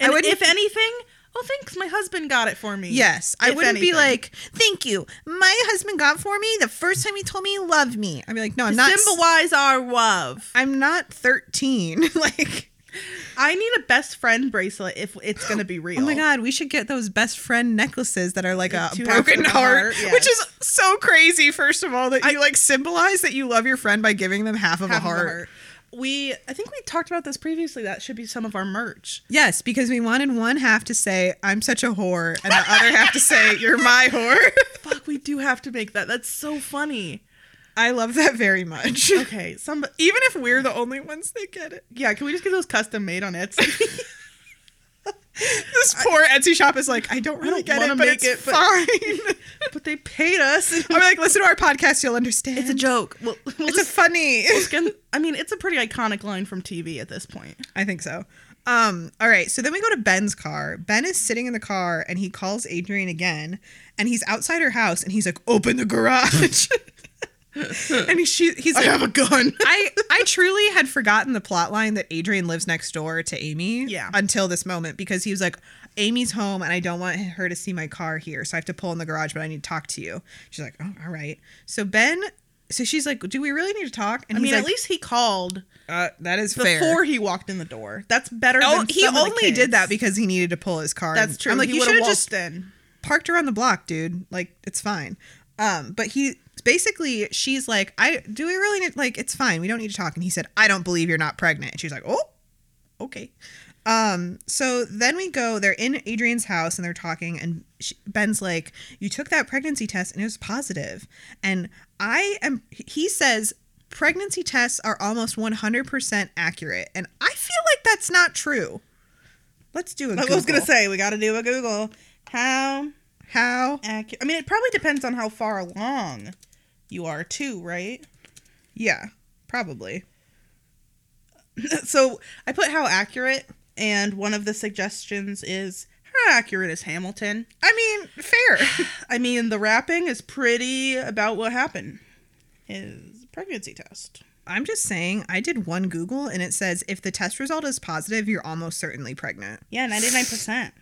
I
and
would
if anything, oh, thanks, my husband got it for me.
Yes, I
If
wouldn't be
anything.
like, "Thank you, my husband got for me the first time he told me he loved me." I'd be like, "No, I'm
To
not.
symbolize our love.
I'm not 13." [LAUGHS] like,
I need a best friend bracelet if it's gonna be real.
[GASPS] oh my god, we should get those best friend necklaces that are like a
two
broken
hearts and a
heart,
heart, yes.
which is so crazy. First of all, that you like symbolize that you love your friend by giving them half of
Half of
a
a
heart.
heart. We, I think we talked about this previously. That should be some of our merch.
Yes, because we wanted one half to say "I'm such a whore" and the other half
[LAUGHS]
to say "You're my whore."
Fuck, we do have to make that. That's so funny.
I love that very much.
Okay, some
Even if we're the only ones that get it.
yeah. Can we just get those custom made on Etsy?
[LAUGHS] This poor Etsy shop is like, I don't really
don't
get
wanna
it, but
make
it's
it, but-
fine. [LAUGHS]
but they paid us.
I'm like, listen to our podcast, you'll understand.
It's a joke. Well, we'll
It's a
just,
[LAUGHS] funny.
just gonna- [LAUGHS] I mean, it's a pretty iconic line from TV at this point.
I think so. Um, all right, so then we go to Ben's car. Ben is sitting in the car and he calls Adrian again, and he's outside her house and he's like, Open the garage. [LAUGHS] and he, she, he's like, I have a gun. I, I truly had forgotten the plot line that Adrian lives next door to Amy
Yeah.
until this moment because he was like, Amy's home and I don't want her to see my car here. So I have to pull in the garage, but I need to talk to you. She's like, Oh, all right. So Ben, so she's like, Do we really need to talk? And
I mean,
he's
at
like,
least he called
uh, That is fair.
before he walked in the door. That's better.
Oh,
than
he
some of the
only
kids.
did that because he needed to pull his car.
That's true.
I'm like,
He
you
would've
should have
walked
just
in.
parked her on the block, dude. Like, it's fine. Um, but he basically, she's like, I do we really need like it's fine. We don't need to talk. And he said, I don't believe you're not pregnant. And she's like, oh, okay. Um, so then we go. They're in Adrian's house and they're talking. And she, Ben's like, "You took that pregnancy test and it was positive." And I am. He says pregnancy tests are almost 100% accurate, and I feel like that's not true. Let's do a
I was gonna
Google.
say we got to do a Google. How
how.
accurate? I mean, it probably depends on how far along you are too, right? [LAUGHS]
Yeah, probably.
so I put how accurate and one of the suggestions is how accurate is Hamilton?
I mean, fair.
[SIGHS] I mean, the wrapping is pretty about what happened. His pregnancy test.
I'm just saying, I did one Google and it says if the test result is positive, you're almost certainly pregnant.
Yeah, ninety nine percent.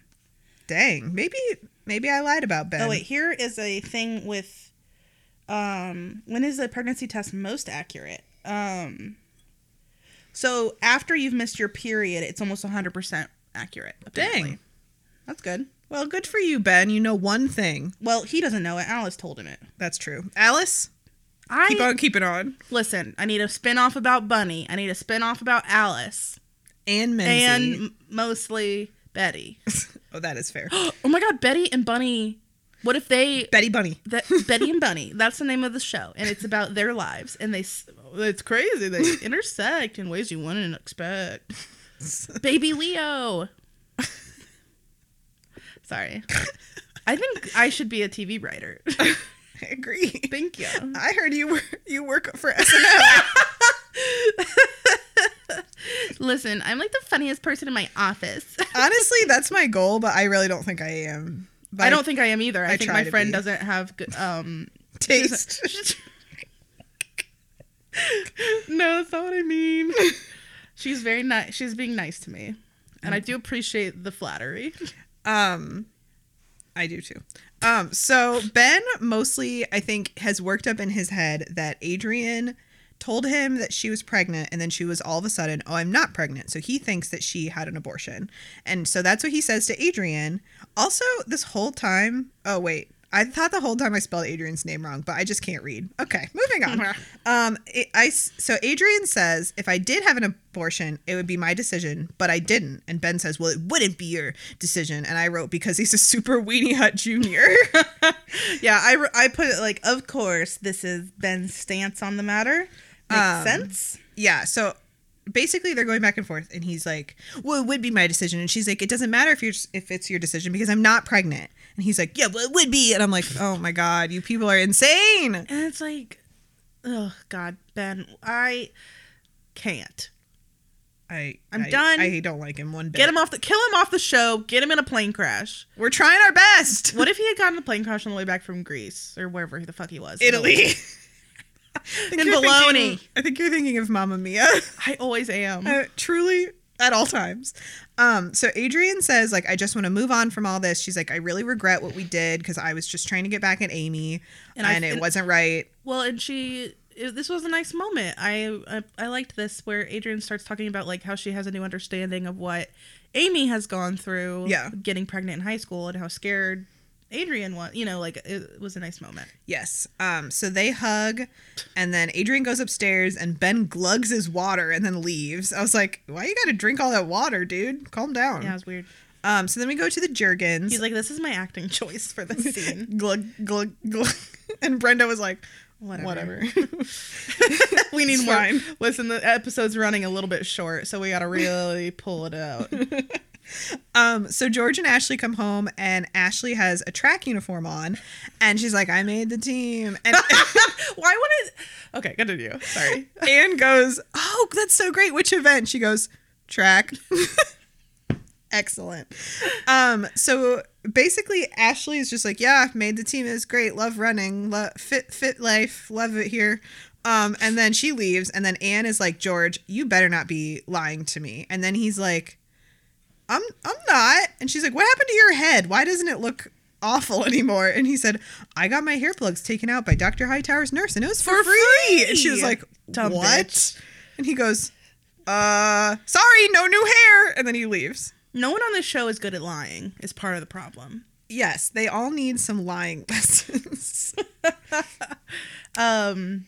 Dang, maybe maybe I lied about Ben.
Oh wait, here is a thing with um when is the pregnancy test most accurate? Um so after you've missed your period, it's almost 100% accurate. apparently.
Dang.
That's good.
Well, good for you, Ben. You know one thing.
Well, he doesn't know it. Alice told him it.
That's true. Alice,
I
keep on keeping on.
listen, I need a spin-off about Bunny. I need a spin-off about Alice
And
and
Menzie.
m- mostly Betty.
[LAUGHS] oh, that is fair.
[GASPS]
[GASPS]
oh my god, Betty and Bunny. What if they
Betty Bunny. [LAUGHS]
that Betty and Bunny. That's the name of the show, and it's about their lives. And they, s- it's crazy. They
[LAUGHS]
intersect in ways you wouldn't expect. Baby Leo. Sorry, I think I should be a TV writer. [LAUGHS]
I agree. [LAUGHS]
Thank you.
I heard you were, you work for SNL.
Listen, I'm like the funniest person in my office.
[LAUGHS] Honestly, that's my goal, but I really don't think I am. But
I don't think I am either. I,
I
think
try
my
to
friend
be.
doesn't have good. Um, [LAUGHS]
taste. [LAUGHS]
no, that's not what I mean. [LAUGHS] She's very nice. She's being nice to me, and I do appreciate the flattery.
Um, I do too. Um, so Ben mostly, I think, has worked up in his head that Adrian told him that she was pregnant, and then she was all of a sudden, oh, I'm not pregnant. So he thinks that she had an abortion, and so that's what he says to Adrian. Also, this whole time, oh wait. I thought the whole time I spelled Adrian's name wrong, but I just can't read. Okay, moving on. [LAUGHS] um, it, I s- so Adrian says if I did have an abortion, it would be my decision, but I didn't. And Ben says, well, it wouldn't be your decision. And I wrote because he's a super weenie hut junior.
[LAUGHS]
[LAUGHS]
Yeah, I, re- I put it like, of course, this is Ben's stance on the matter. Makes
Um,
sense.
yeah so basically they're going back and forth and he's like well it would be my decision and she's like it doesn't matter if you're if it's your decision because i'm not pregnant and he's like yeah well it would be and i'm like oh my god you people are insane
And it's like, oh God, Ben, I can't
i
I'm
I-
done.
i don't like him one bit
get him off the kill him off the show. Get him in a plane crash.
we're trying our best
What if he had gotten in a plane crash on the way back from Greece or wherever the fuck he was? [LAUGHS]
italy [LAUGHS]
In
You're
baloney.
thinking- i think you're thinking of mamma mia [LAUGHS]
I always am.
Uh, truly at all times. Um, so Adrian says, like, I just want to move on from all this. She's like, I really regret what we did because I was just trying to get back at Amy and,
And I-
it
and-
wasn't right.
Well, and she it- this was a nice moment. I, I I liked this where Adrian starts talking about like how she has a new understanding of what Amy has gone through
Yeah.
getting pregnant in high school and how scared Adrian was, you know, like it was a nice moment.
Yes. Um, so they hug and then Adrian goes upstairs and Ben glugs his water and then leaves. I was like, why you gotta drink all that water, dude? Calm down.
Yeah, it was weird.
Um, so then we go to the Jergens.
He's like, "This is my acting [LAUGHS] choice for this scene."
glug, glug, glug. [LAUGHS] And Brenda was like,
Whatever.
whatever. [LAUGHS]
We need
[LAUGHS] It's
more.
fine.
Listen, the episode's running a little bit short, so we gotta
[LAUGHS]
really pull it out.
Um, so George and Ashley come home, and Ashley has a track uniform on, and she's like, "I made the team," and [LAUGHS]
Why wouldn't? Okay, continue. Sorry.
Anne goes, "Oh, that's so great! Which event?" She goes, "Track." Excellent. Um, so basically, Ashley is just like, "Yeah, made the team. It was great. Love running. Lo- fit, fit life. Love it here." Um, and then she leaves, and then Anne is like, "George, you better not be lying to me." And then he's like. I'm I'm not. And she's like, What happened to your head? Why doesn't it look awful [LAUGHS] anymore? And he said, I got my hair plugs taken out by Dr. Hightower's nurse and it was for, free. And she was like,
Dumb
What?
bitch.
And he goes, Uh sorry, no new hair. And then he leaves.
No one on this show is good at lying. Is part of the problem.
Yes, they all need some lying [LAUGHS] lessons.
Um,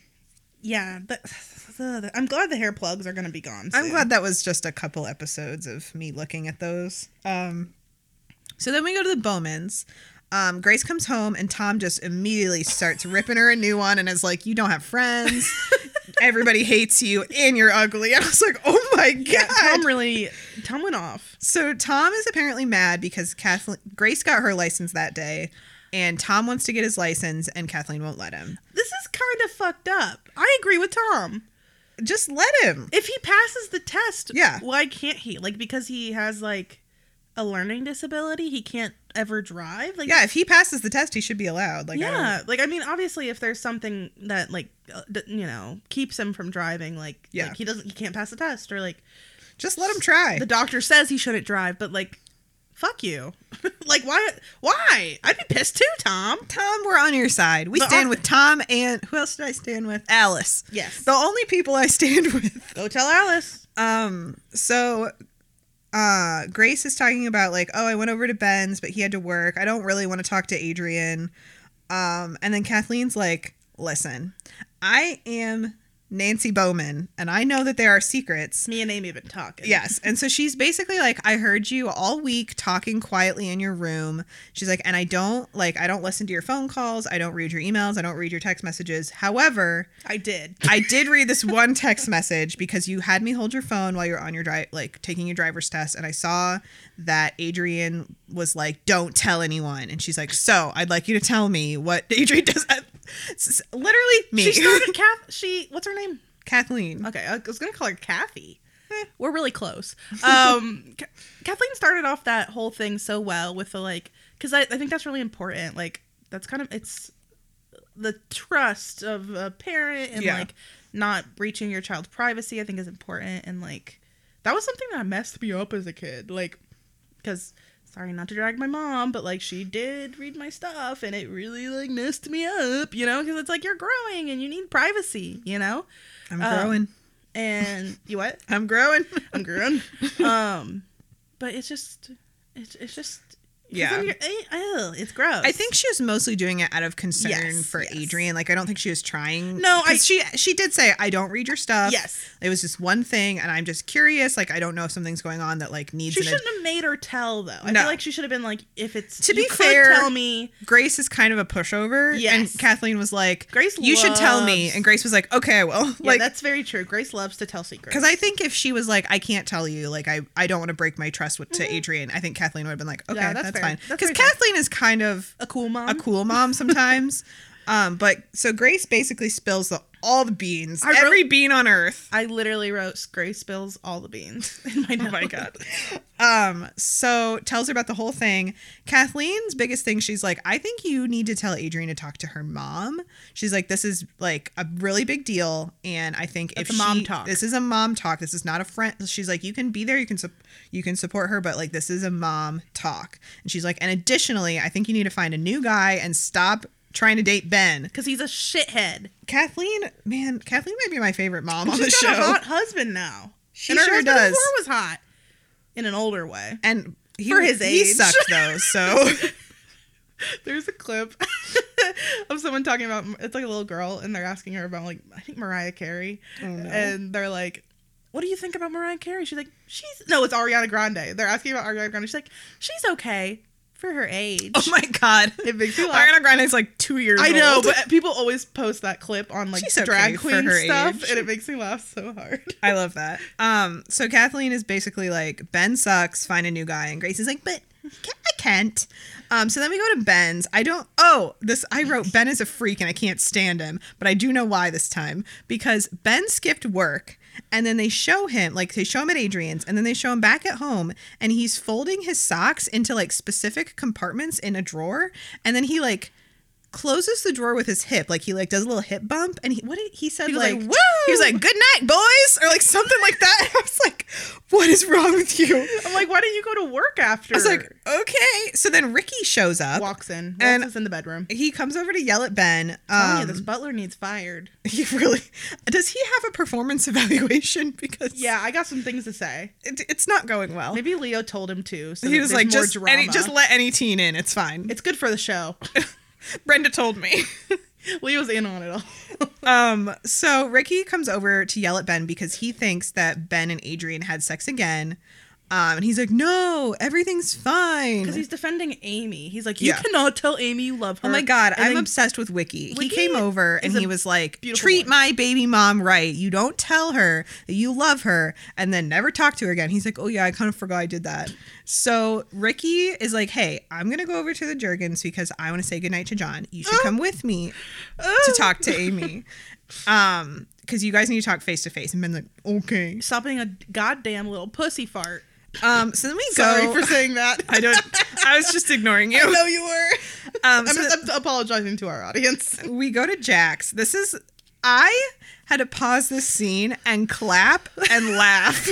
yeah, but [SIGHS] the, the- I'm glad the hair plugs are gonna be gone.
I'm
soon. [LAUGHS]
glad that was just a couple episodes of me looking at those. Um, so then we go to the Bowmans. Um, Grace comes home and Tom just immediately starts ripping her a new one and is like, "You don't have friends. Everybody hates you, and you're ugly." I was like, "Oh my god!"
Tom really Tom went off.
so Tom is apparently mad because Kathleen Grace got her license that day, and Tom wants to get his license, and Kathleen won't let him.
This is kind of fucked up. I agree with Tom.
just let him.
If he passes the test,
Yeah.
why can't he? Like because he has like a learning disability, he can't ever drive. Like
Yeah, if he passes the test, he should be allowed. Like, I don't-
yeah, like I mean, obviously, if there's something that like uh, d- you know keeps him from driving, like
Yeah.
like, he doesn't, he can't pass the test, or like
just let him try.
the doctor says he shouldn't drive, but like, fuck you, [LAUGHS] like why, why? I'd be pissed too, Tom.
Tom, we're on your side. We
The-
stand with Tom and who else did I stand with? Alice.
Yes.
The only people I stand [LAUGHS] with.
Go tell Alice.
Um, so uh Grace is talking about like, oh, I went over to Ben's, but he had to work. I don't really want to talk to Adrian. Um, and then Kathleen's like, listen, I am Nancy Bowman, and I know that there are secrets.
Me and Amy have been talking.
Yes. And so she's basically like, I heard you all week talking quietly in your room. She's like, and I don't like, I don't listen to your phone calls. I don't read your emails. I don't read your text messages. However,
I did.
I did read this one text message because you had me hold your phone while you're on your drive, like taking your driver's test. And I saw that Adrian was like, don't tell anyone. And she's like, so I'd like you to tell me what [LAUGHS] Adrian does. S- s- Literally me.
She started Kath. She what's her name?
[LAUGHS] Kathleen.
Okay, I was gonna call her Kathy. We're really close. Um, Ka- Kathleen started off that whole thing so well with the like, because I, I think that's really important. Like, that's kind of it's the trust of a parent and
Yeah.
like not breaching your child's privacy. I think is important and like that was something that messed me up as a kid. Like, because sorry not to drag my mom, but like she did read my stuff and it really like messed me up. You know, because it's like you're growing and you need privacy. You know
I'm
Um,
growing. [LAUGHS]
and you what?
I'm growing. [LAUGHS]
I'm grown. um, but it's just, it's it's just. 'cause
Yeah.
then you're- eh, Ew, it's gross.
I think she was mostly doing it out of concern
Yes,
for
yes.
Adrian. Like I don't think she was trying.
No, I-
'cause she she did say I don't read your stuff.
Yes.
it was just one thing, and I'm just curious. Like I don't know if something's going on that like needs.
she
An ad-
shouldn't have made her tell though. I
No.
feel like she should have been like, if it's
To
you
be
could
fair-
tell me.
Grace is kind of a pushover.
Yes.
and Kathleen was like,
Grace
you should tell me.
loves-
And Grace was like, okay, I will.
Yeah,
like
that's very true. Grace loves to tell secrets.
because I think if she was like, I can't tell you, like I, I don't want to break my trust with, to Adrian. I think Kathleen would have been like, okay,
Mm-hmm. Yeah, that's
that's,
fair.
fine.
That's
Because
very fair.
Kathleen is kind of
a cool mom.
a cool mom [LAUGHS] sometimes. um, but so Grace basically spills the, all the beans,
I wrote-
every bean on earth.
I literally wrote Grace spills all the beans [LAUGHS] in my notes.
Oh my god. Um, so tells her about the whole thing. Kathleen's biggest thing, she's like, I think you need to tell Adrian to talk to her mom. She's like, this is like a really big deal, and I think
That's
if
a mom
she-
talk.
this is a mom talk. This is not a friend. She's like, you can be there, you can sup- you can support her, but like this is a mom talk. And she's like, and additionally, I think you need to find a new guy and stop trying to date Ben.
Because he's a shithead.
Kathleen, man, Kathleen might be my favorite mom on the
She's
show.
got a hot husband now.
She
and her
sure
husband
does.
Before was hot, in an older way.
and he,
For his
he
age.
sucked though. So
There's a clip [LAUGHS] of someone talking about it's like a little girl and they're asking her about like I think Mariah Carey
Oh,
and they're like what do you think about Mariah Carey? She's like she's no, it's Ariana Grande. They're asking about Ariana Grande. She's like she's okay for her age.
[LAUGHS] oh my [LAUGHS] god,
it makes me laugh.
Ariana Grande's like two years.
[LAUGHS] I know,
old.
but people always post that clip on like
She's okay
drag
for
queen
her
stuff
age.
and it makes me laugh so hard.
I love that. Um, so Kathleen is basically like Ben sucks, find a new guy, and Grace is like, but ca- I can't. Um, so then we go to Ben's. I don't. Oh, this I wrote Ben is a freak and I can't stand him, but I do know why this time because Ben skipped work. And then they show him, like they show him at Adrian's, and then they show him back at home, and he's folding his socks into like specific compartments in a drawer, and then he like closes the drawer with his hip, like he like does a little hip bump, and he what did he said
He was
like,
like,
woo, he was like good night boys or like something like that. [LAUGHS] I was like, what is wrong with you? I
I'm like why didn't you go to work after? I
was like, okay. So then Ricky shows up.
walks in, walks
and-
us in the bedroom.
He comes over to yell at Ben.
Telling you, this
Um,
butler needs fired.
[LAUGHS] he really does. He have a performance [LAUGHS] evaluation because
Yeah, I got some things to say.
it, it's not going well.
Maybe Leo told him to. So
he was like,
more
just
drama.
any, just let any teen in. It's fine.
it's good for the show.
[LAUGHS] Brenda told me.
Leo's in on it all.
Um, so Ricky comes over to yell at Ben because he thinks that Ben and Adrian had sex again. Um, and he's like, "No, everything's fine."
Because he's defending Amy. He's like, you
Yeah.
cannot tell Amy you love her.
oh my god,
And
I'm
then
obsessed with Wiki. he
Wiki
came over and
is a
he was like,
beautiful
"Treat
boy."
my baby mom right. You don't tell her that you love her, and then never talk to her again." He's like, "Oh yeah, I kind of forgot I did that." So Ricky is like, "Hey, I'm gonna go over to the Jurgens because I
Oh.
want to say goodnight to John. You should come with me to talk to Amy." Um, because you guys need to talk face to face. And Ben's like, okay.
Stop being a goddamn little pussy fart.
Um, so then we
Sorry
go.
for saying that.
[LAUGHS] I don't. I was just ignoring you.
know you were.
Um,
I'm,
so
I'm apologizing to our audience.
then we go to Jack's. This is. I had to pause this scene and clap and
[LAUGHS]
laugh.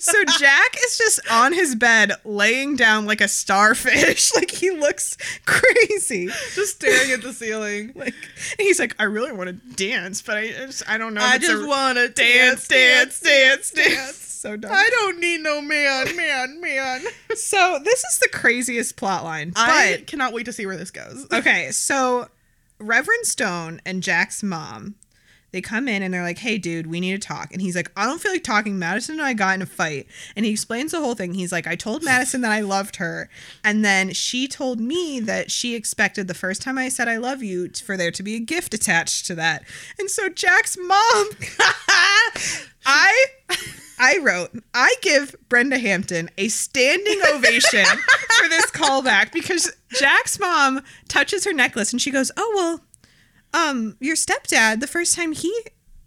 so Jack is just on his bed, laying down like a starfish. [LAUGHS] like he looks crazy.
Just staring at the ceiling.
[LAUGHS] Like and he's like, I really want to dance, but I, I just I don't know.
I
it's
just
a-
want to
dance, dance, dance, dance.
dance.
So dumb.
I don't need no man, man, man.
So this is the craziest plot line.
I
But
cannot wait to see where this goes.
okay, so Reverend Stone and Jack's mom, they come in and they're like, "Hey, dude, we need to talk." And he's like, "I don't feel like talking. Madison and I got in a fight." And he explains the whole thing. He's like, "I told Madison that I loved her, and then she told me that she expected the first time I said I love you t- for there to be a gift attached to that." And so Jack's mom, [LAUGHS] I. I wrote, I give Brenda Hampton a standing ovation for this callback because Jack's mom touches her necklace and she goes, Oh, well, um, your stepdad, the first time he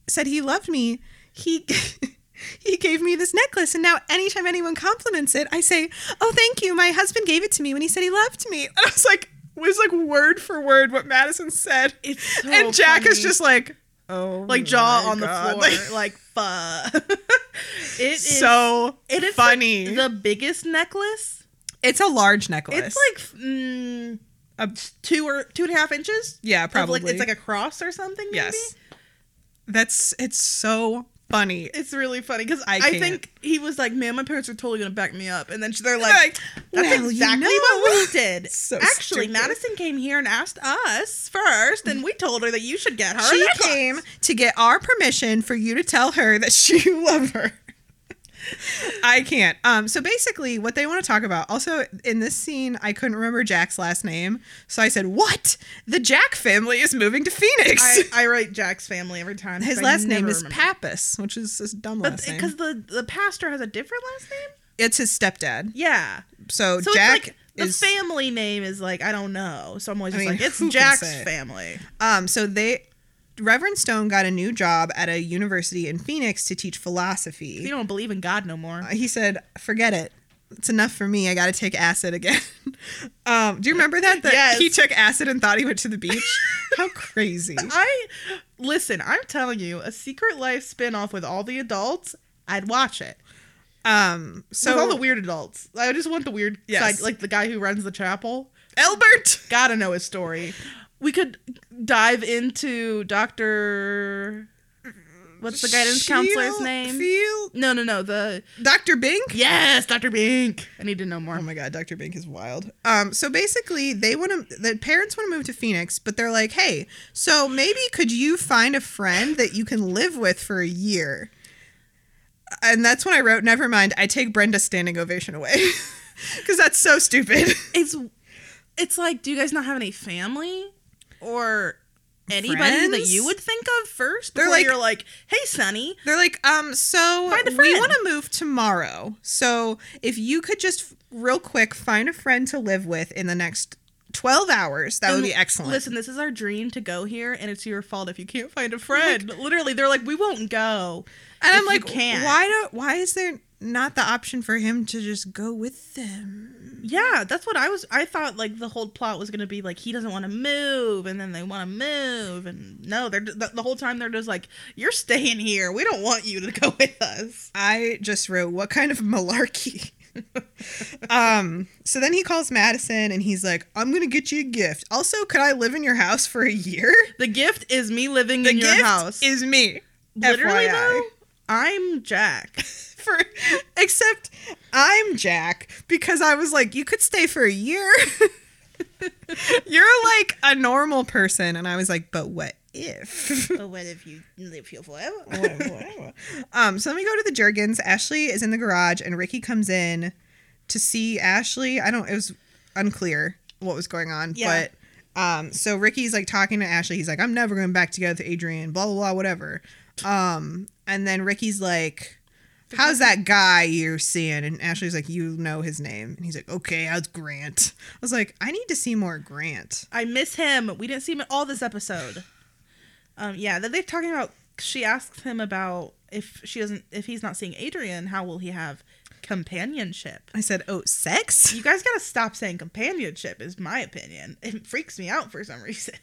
said he loved me, he. [LAUGHS] He gave me this necklace, and now anytime anyone compliments it, I say, "Oh, thank you. My husband gave it to me when he said he loved me." And I was like, was like word for word what Madison said,
It's so
and Jack is
funny.
just like, "Oh,
[LAUGHS] like jaw
my
on
God.
the
[LAUGHS]
floor, like, fuck. it is
so
it is
funny.
like the biggest necklace.
It's a large necklace.
It's like mm, two or two and a half inches.
yeah,
Of, like-
probably.
it's like a cross or something. Maybe?
yes. That's it's so funny.
It's really funny because
I
I,
can't.
think he was like, "Man, my parents are totally gonna back me up," and then they're like,
Like,
"That's
well, you
exactly
know." [LAUGHS]
what we did."
So
Actually,
stupid.
Madison came here and asked us first, and we told her that you should get her. a
she
necklace.
came to get our permission for you to tell her that she [LAUGHS] love her. I can't. Um, so basically, what they want to talk about. Also, in this scene, I couldn't remember Jack's last name, so I said, "What? The Jack family is moving to Phoenix."
I, I write Jack's family every time.
[LAUGHS] His
'cause I
last name
never
is
remember.
Pappas, which is a dumb
But
last name.
because the the pastor has a different last name.
It's his stepdad.
Yeah.
So,
So
Jack
it's like the
is
family name is like I don't know. So I'm always
I
just
mean,
like it's
who can
Jack's
say it?
family.
Um, so they Reverend Stone got a new job at a university in Phoenix to teach
You
philosophy.
don't believe in God no more.
He said, "Forget it. It's enough for me. I got to take acid again." [LAUGHS] um, do you remember that? That
Yes.
he took acid and thought he went to
[LAUGHS]
the beach. How crazy!
I listen. I'm telling you, a Secret Life spinoff with all the adults. I'd watch it.
Um, so
with all the weird adults. I just want the weird
Yes.
side, like the guy who runs the chapel.
Albert.
Gotta know his story. We could dive into Doctor. What's the guidance counselor's
Sheil-
name?
Feel-
no, no, no. The
Dr. Bink.
yes, Doctor Bink. I need to know more.
Oh my god, Dr. Bink is wild. Um, so basically, they want to. The parents want to move to Phoenix, but they're like, "Hey, so maybe could you find a friend that you can live with for a year?" And that's when I wrote, "Never mind." I take Brenda's standing ovation away [LAUGHS] because that's so stupid. [LAUGHS]
It's it's like, do you guys not have any family or anybody that
Friends?
you would think of first?
They're
Before
like-
you're like, hey, Sonny,
They're like, um, so
Find a
we
friend.
want to move tomorrow. So if you could just real quick find a friend to live with in the next twelve hours, that would
And
be excellent.
Listen, this is our dream to go here, and it's your fault if you can't find a friend. Literally, they're like, we won't go.
And
if
I'm
you
like,
can't.
why do why is there not the option for him to just go with them?
Yeah, that's what I was. I thought like the whole plot was gonna be like he doesn't want to move, and then they want to move, and no, they're the, the whole time they're just like, you're staying here. We don't want you to go with us.
I just wrote, what kind of malarkey? [LAUGHS] um, so then he calls Madison and he's like, I'm gonna get you a gift. Also, could I live in your house for a year?
The gift is me living in
gift
your house.
is me.
Literally
FYI.
though, I'm Jack.
[LAUGHS] For except I'm Jack because I was like, you could stay for a year. [LAUGHS] You're like a normal person, and I was like, but what if? [LAUGHS]
but what if you live here forever?
[LAUGHS] um, so then we go to the Jergens. Ashley is in the garage, and Ricky comes in to see Ashley. I don't. It was unclear what was going on,
Yeah.
but um, so Ricky's like talking to Ashley. He's like, "I'm never going back together with Adrian." Blah blah blah. Whatever. Um, and then Ricky's like. How's that guy you're seeing? And Ashley's like, you know his name. And he's like, okay, how's Grant? I was like, I need to see more Grant.
I miss him. We didn't see him at all this episode. Um, yeah, that they're talking about she asks him about if she doesn't if he's not seeing Adrian, how will he have companionship?
I said, oh, sex?
You guys gotta stop saying companionship, is my opinion. It freaks me out for some reason.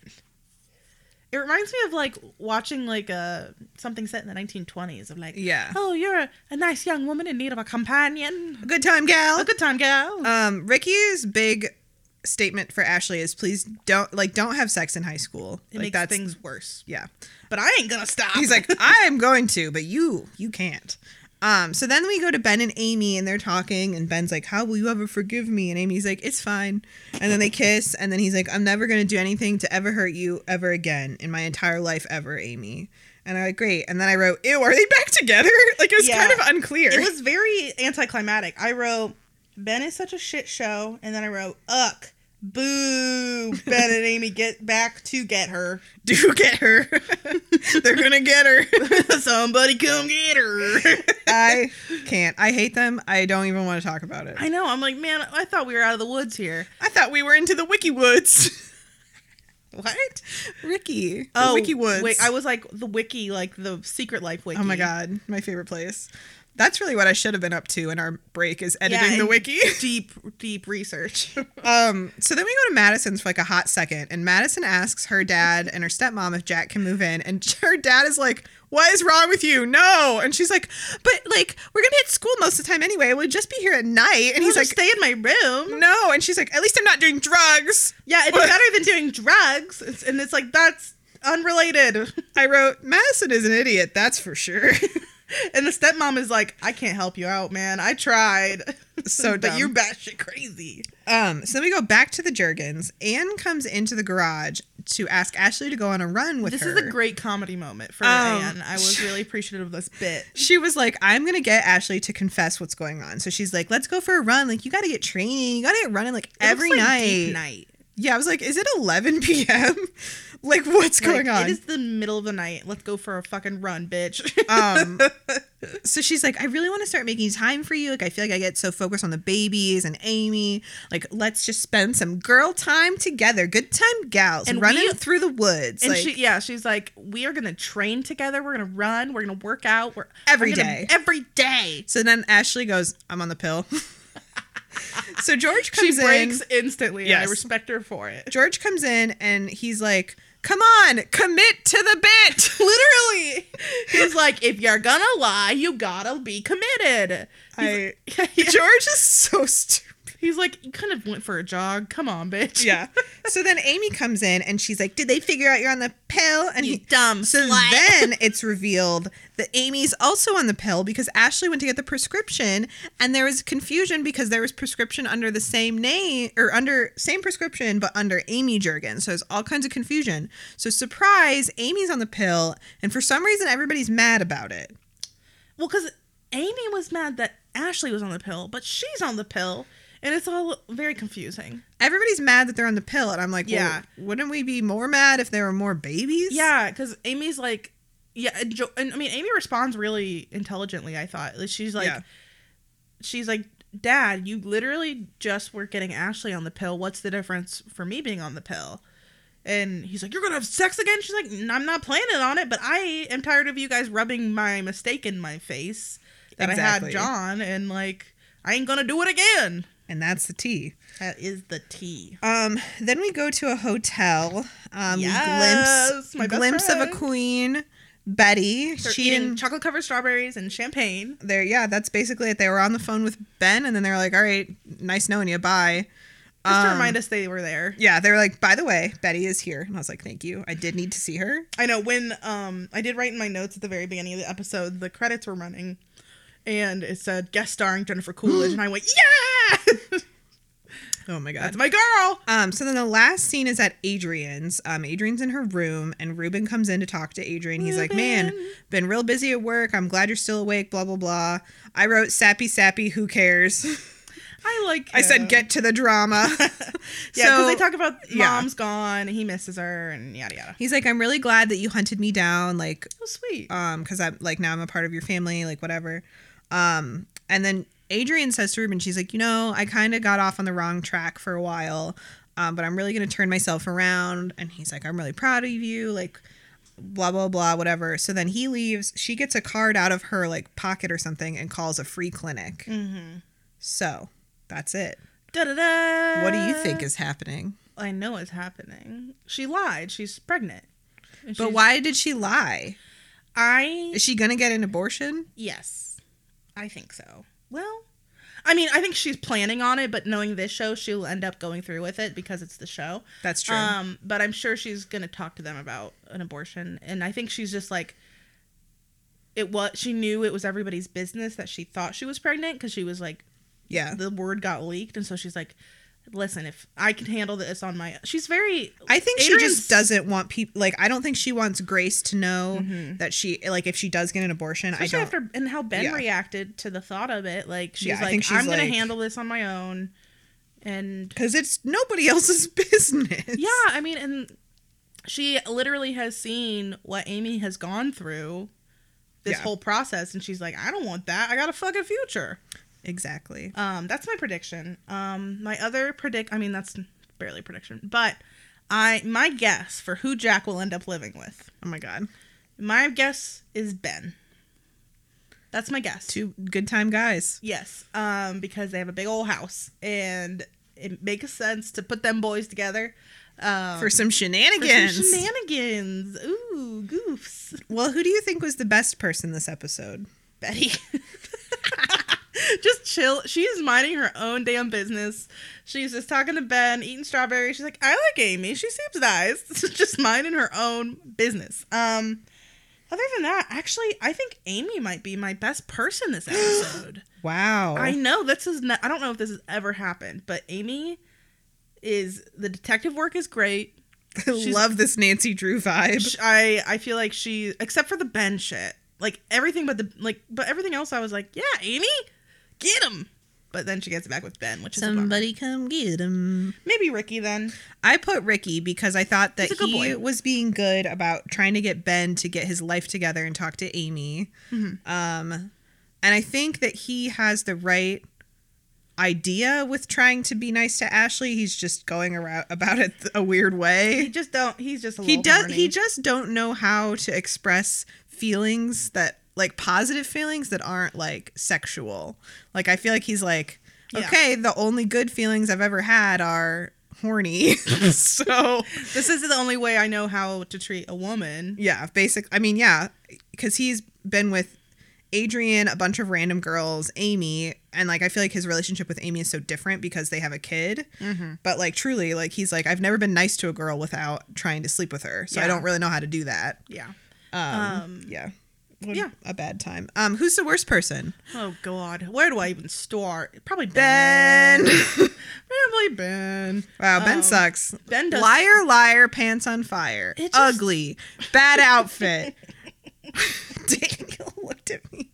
It reminds me of like watching like a something set in the 1920s of like,
Yeah.
oh, you're a, a nice young woman in need of a companion.
Good time, gal.
A good time, gal.
Um, Ricky's big statement for Ashley is please don't like don't have sex in high school.
it
like
makes
that's
things worse.
yeah.
But I ain't gonna stop.
He's like, I am going to, but you you can't. Um, so then we go to Ben and Amy and they're talking and Ben's like, How will you ever forgive me? And Amy's like, It's fine. And then they kiss and then he's like, I'm never gonna do anything to ever hurt you ever again in my entire life ever, Amy. And I'm like, Great. And then I wrote, Ew, are they back together? [LAUGHS] Like it was
Yeah.
kind of unclear.
It was very anticlimactic. I wrote, Ben is such a shit show. And then I wrote, Uck, boo, Ben and Amy get back to get her.
[LAUGHS] do get her. [LAUGHS] they're gonna get her. [LAUGHS]
Somebody come get her.
[LAUGHS] I can't. I hate them. I don't even want to talk about it.
[LAUGHS] I know. I'm like, man, I thought we were out of the woods here.
I thought we were into the
[LAUGHS]
Wiki Woods. what? Ricky. The Wiki Woods.
Oh, Wait, I was like, the wiki, like the secret life wiki.
oh my god, my favorite place. That's really what I should have been up to in our break is
Yeah,
editing the
and
wiki. [LAUGHS]
deep, deep research. [LAUGHS]
Um, so then we go to Madison's for like a hot second, and Madison asks her dad and her stepmom if Jack can move in, and [LAUGHS] her dad is like, "What is wrong with you? No!" And she's like, "But like we're gonna be at school most of the time anyway. We'll just be here at night." And he's like,
stay in my room.
No. And she's like, at least I'm not doing drugs.
Yeah, it's better than doing drugs. It's, and it's like, that's unrelated. [LAUGHS]
I wrote, Madison is an idiot, that's for sure. [LAUGHS]
And the stepmom is like, I can't help you out, man. I tried. [LAUGHS]
So
but
dumb.
you're batshit crazy.
um, so then we go back to the Jurgens. Anne comes into the garage to ask Ashley to go on a run with
This
her.
is a great comedy moment for
Um,
Anne. I was really appreciative of this bit.
she was like, I'm gonna get Ashley to confess what's going on. So she's like, let's go for a run. Like, you gotta get training, you gotta get running like every
It looks like
night.
deep night.
Yeah, I was like, is it 11 p.m.? [LAUGHS] like, what's
Like,
going on?
It is the middle of the night. Let's go for a fucking run, bitch. [LAUGHS]
Um, so she's like, I really want to start making time for you. Like, I feel like I get so focused on the babies and Amy. Like, let's just spend some girl time together. Good time gals
And
running
we-
through the woods.
and
like,
she, yeah, she's like, we are gonna train together. We're gonna run. We're gonna work out. We're
Every
we're gonna-
day."
Every day.
so then Ashley goes, I'm on
[LAUGHS]
the pill. so George
She
comes in.
breaks instantly. and I
Yes.
respect her for it.
George comes in and he's like, Come on, commit to the bit.
Literally, he's like, if you're gonna lie, you gotta be committed.
[LAUGHS] I,
He's- [LAUGHS]
George is so stupid.
He's like, you kind of went for a jog. Come on, bitch.
[LAUGHS] Yeah. So then Amy comes in and she's like, Did they figure out you're on the pill? And
You
he,
dumb
So
slut. [LAUGHS]
then it's revealed that Amy's also on the pill because Ashley went to get the prescription and there was confusion because there was prescription under the same name or under same prescription but under Amy Jurgen. So there's all kinds of confusion. So surprise, Amy's on the pill and for some reason everybody's mad about it.
Well, because Amy was mad that Ashley was on the pill, but she's on the pill, and it's all very confusing.
Everybody's mad that they're on the pill and I'm like,
Yeah.
yeah, wouldn't we be more mad if there were more babies?
Yeah, because Amy's like, yeah, and, jo- and I mean, Amy responds really intelligently. I thought Like, she's like,
Yeah.
she's like, Dad, you literally just were getting Ashley on the pill. What's the difference for me being on the pill? And he's like, You're gonna have sex again? She's like, "N- I'm not planning on it, but I am tired of you guys rubbing my mistake in my face that I
Exactly.
had John, and like, I ain't gonna do it again.
And that's the tea.
That is the tea.
Um, then we go to a hotel. Um, we
Yes,
glimpse
my best
glimpse of a
friend.
queen, Betty.
They're
she
eating
and
chocolate covered strawberries and champagne.
there, yeah, that's basically it. They were on the phone with Ben, and then they were like, "All right, nice knowing you. Bye."
Just to
Um,
remind us they were there.
Yeah, they were like, "By the way, Betty is here," and I was like, "Thank you. I did need to see her."
I know when um I did write in my notes at the very beginning of the episode, the credits were running and it said guest starring Jennifer Coolidge and I went, Yeah [LAUGHS]
Oh my god.
That's my girl.
Um, so then the last scene is at Adrian's. Um, Adrian's in her room, and Ruben comes in to talk to Adrian. He's like, "Man, been real busy at work. I'm glad you're still awake." Blah blah blah. I wrote, "Sappy sappy. Who cares?"
I like
I
him.
said, "Get to the drama."
[LAUGHS] Yeah, because
so-
they talk about
yeah.
mom's gone, he misses her and yada yada.
He's like, I'm really glad that you hunted me down, like,
So sweet.
um, because I'm like now I'm a part of your family, like whatever. Um, and then Adrian says to Ruben, she's like, you know, I kind of got off on the wrong track for a while, um, but I'm really gonna turn myself around. And he's like, I'm really proud of you, like, blah blah blah whatever so then he leaves she gets a card out of her like pocket or something and calls a free clinic
Mm-hmm.
so that's it
Da da da.
what do you think is happening
I know what's happening. She lied. She's pregnant. And
but
she's-
why did she lie
I
is she gonna get an abortion
yes, I think so. Well, I mean, I think she's planning on it, but knowing this show, she'll end up going through with it because it's the show.
that's true
Um, but I'm sure she's gonna talk to them about an abortion, and I think she's just like, it was. She knew it was everybody's business that she thought she was pregnant because she was like,
yeah
the word got leaked, and so she's like, listen, if I can handle this on my, she's very.
I think she
Adrian's-
just doesn't want people like I don't think she wants Grace to know that she like if she does get an abortion I
Mm-hmm. Especially
don't
after and how Ben
yeah.
reacted to the thought of it, like she's
Yeah, I
like,
think she's
"I'm gonna
like-
handle this on my own," and
because it's nobody else's [LAUGHS] business.
yeah, I mean, and she literally has seen what Amy has gone through this
Yeah.
whole process, and she's like, "I don't want that. I got a fucking future."
exactly.
Um, that's my prediction. Um, my other predict, I mean, that's barely a prediction, but I my guess for who Jack will end up living with,
Oh my god,
my guess is Ben. That's my guess.
two good time guys.
Yes, um, because they have a big old house, and it makes sense to put them boys together. Um,
For some
for
shenanigans.
some shenanigans. Ooh, goofs. [LAUGHS]
well, who do you think was the best person this episode?
Betty. just chill. She is minding her own damn business. She's just talking to Ben, eating strawberry. She's like, I like Amy. She seems nice. [LAUGHS] just minding her own business. Um, other than that, actually, I think Amy might be my best person this episode. [LAUGHS]
Wow. [LAUGHS]
I know this is. Not, I don't know if this has ever happened, but Amy is the detective work is great. she's-
love this Nancy Drew vibe.
Sh- I I feel like she, except for the Ben shit, like everything but the like, but everything else, I was like, yeah, Amy, get him. But then she gets it back with Ben, which is somebody
come get him.
maybe Ricky then.
I put Ricky because I thought that
He's a good
he
boy.
was being good about trying to get Ben to get his life together and talk to Amy.
Mm-hmm.
Um, and I think that he has the right idea with trying to be nice to Ashley. He's just going around [LAUGHS] about it th- a weird
He
way.
just don't. He's just a
He
little
does.
horny.
He just don't know how to express feelings that like positive feelings that aren't like sexual. Like I feel like he's like,
Yeah.
okay, the only good feelings I've ever had are horny. [LAUGHS] so
this is the only way I know how to treat a woman.
yeah, basic. I mean, yeah, because he's been with Adrian, a bunch of random girls, Amy, and like I feel like his relationship with Amy is so different because they have a kid.
Mm-hmm.
But like truly, like he's like I've never been nice to a girl without trying to sleep with her, so I
Yeah.
don't really know how to do that.
Yeah.
Um,
Um,
yeah, What
yeah.
a bad time. Um, who's the worst person?
Oh God, where do I even start? Probably Ben.
Ben.
Probably Ben.
wow, Ben
Um,
sucks.
Ben does
liar, liar, pants on fire,
It just-
ugly, bad
[LAUGHS]
outfit. Daniel looked at me.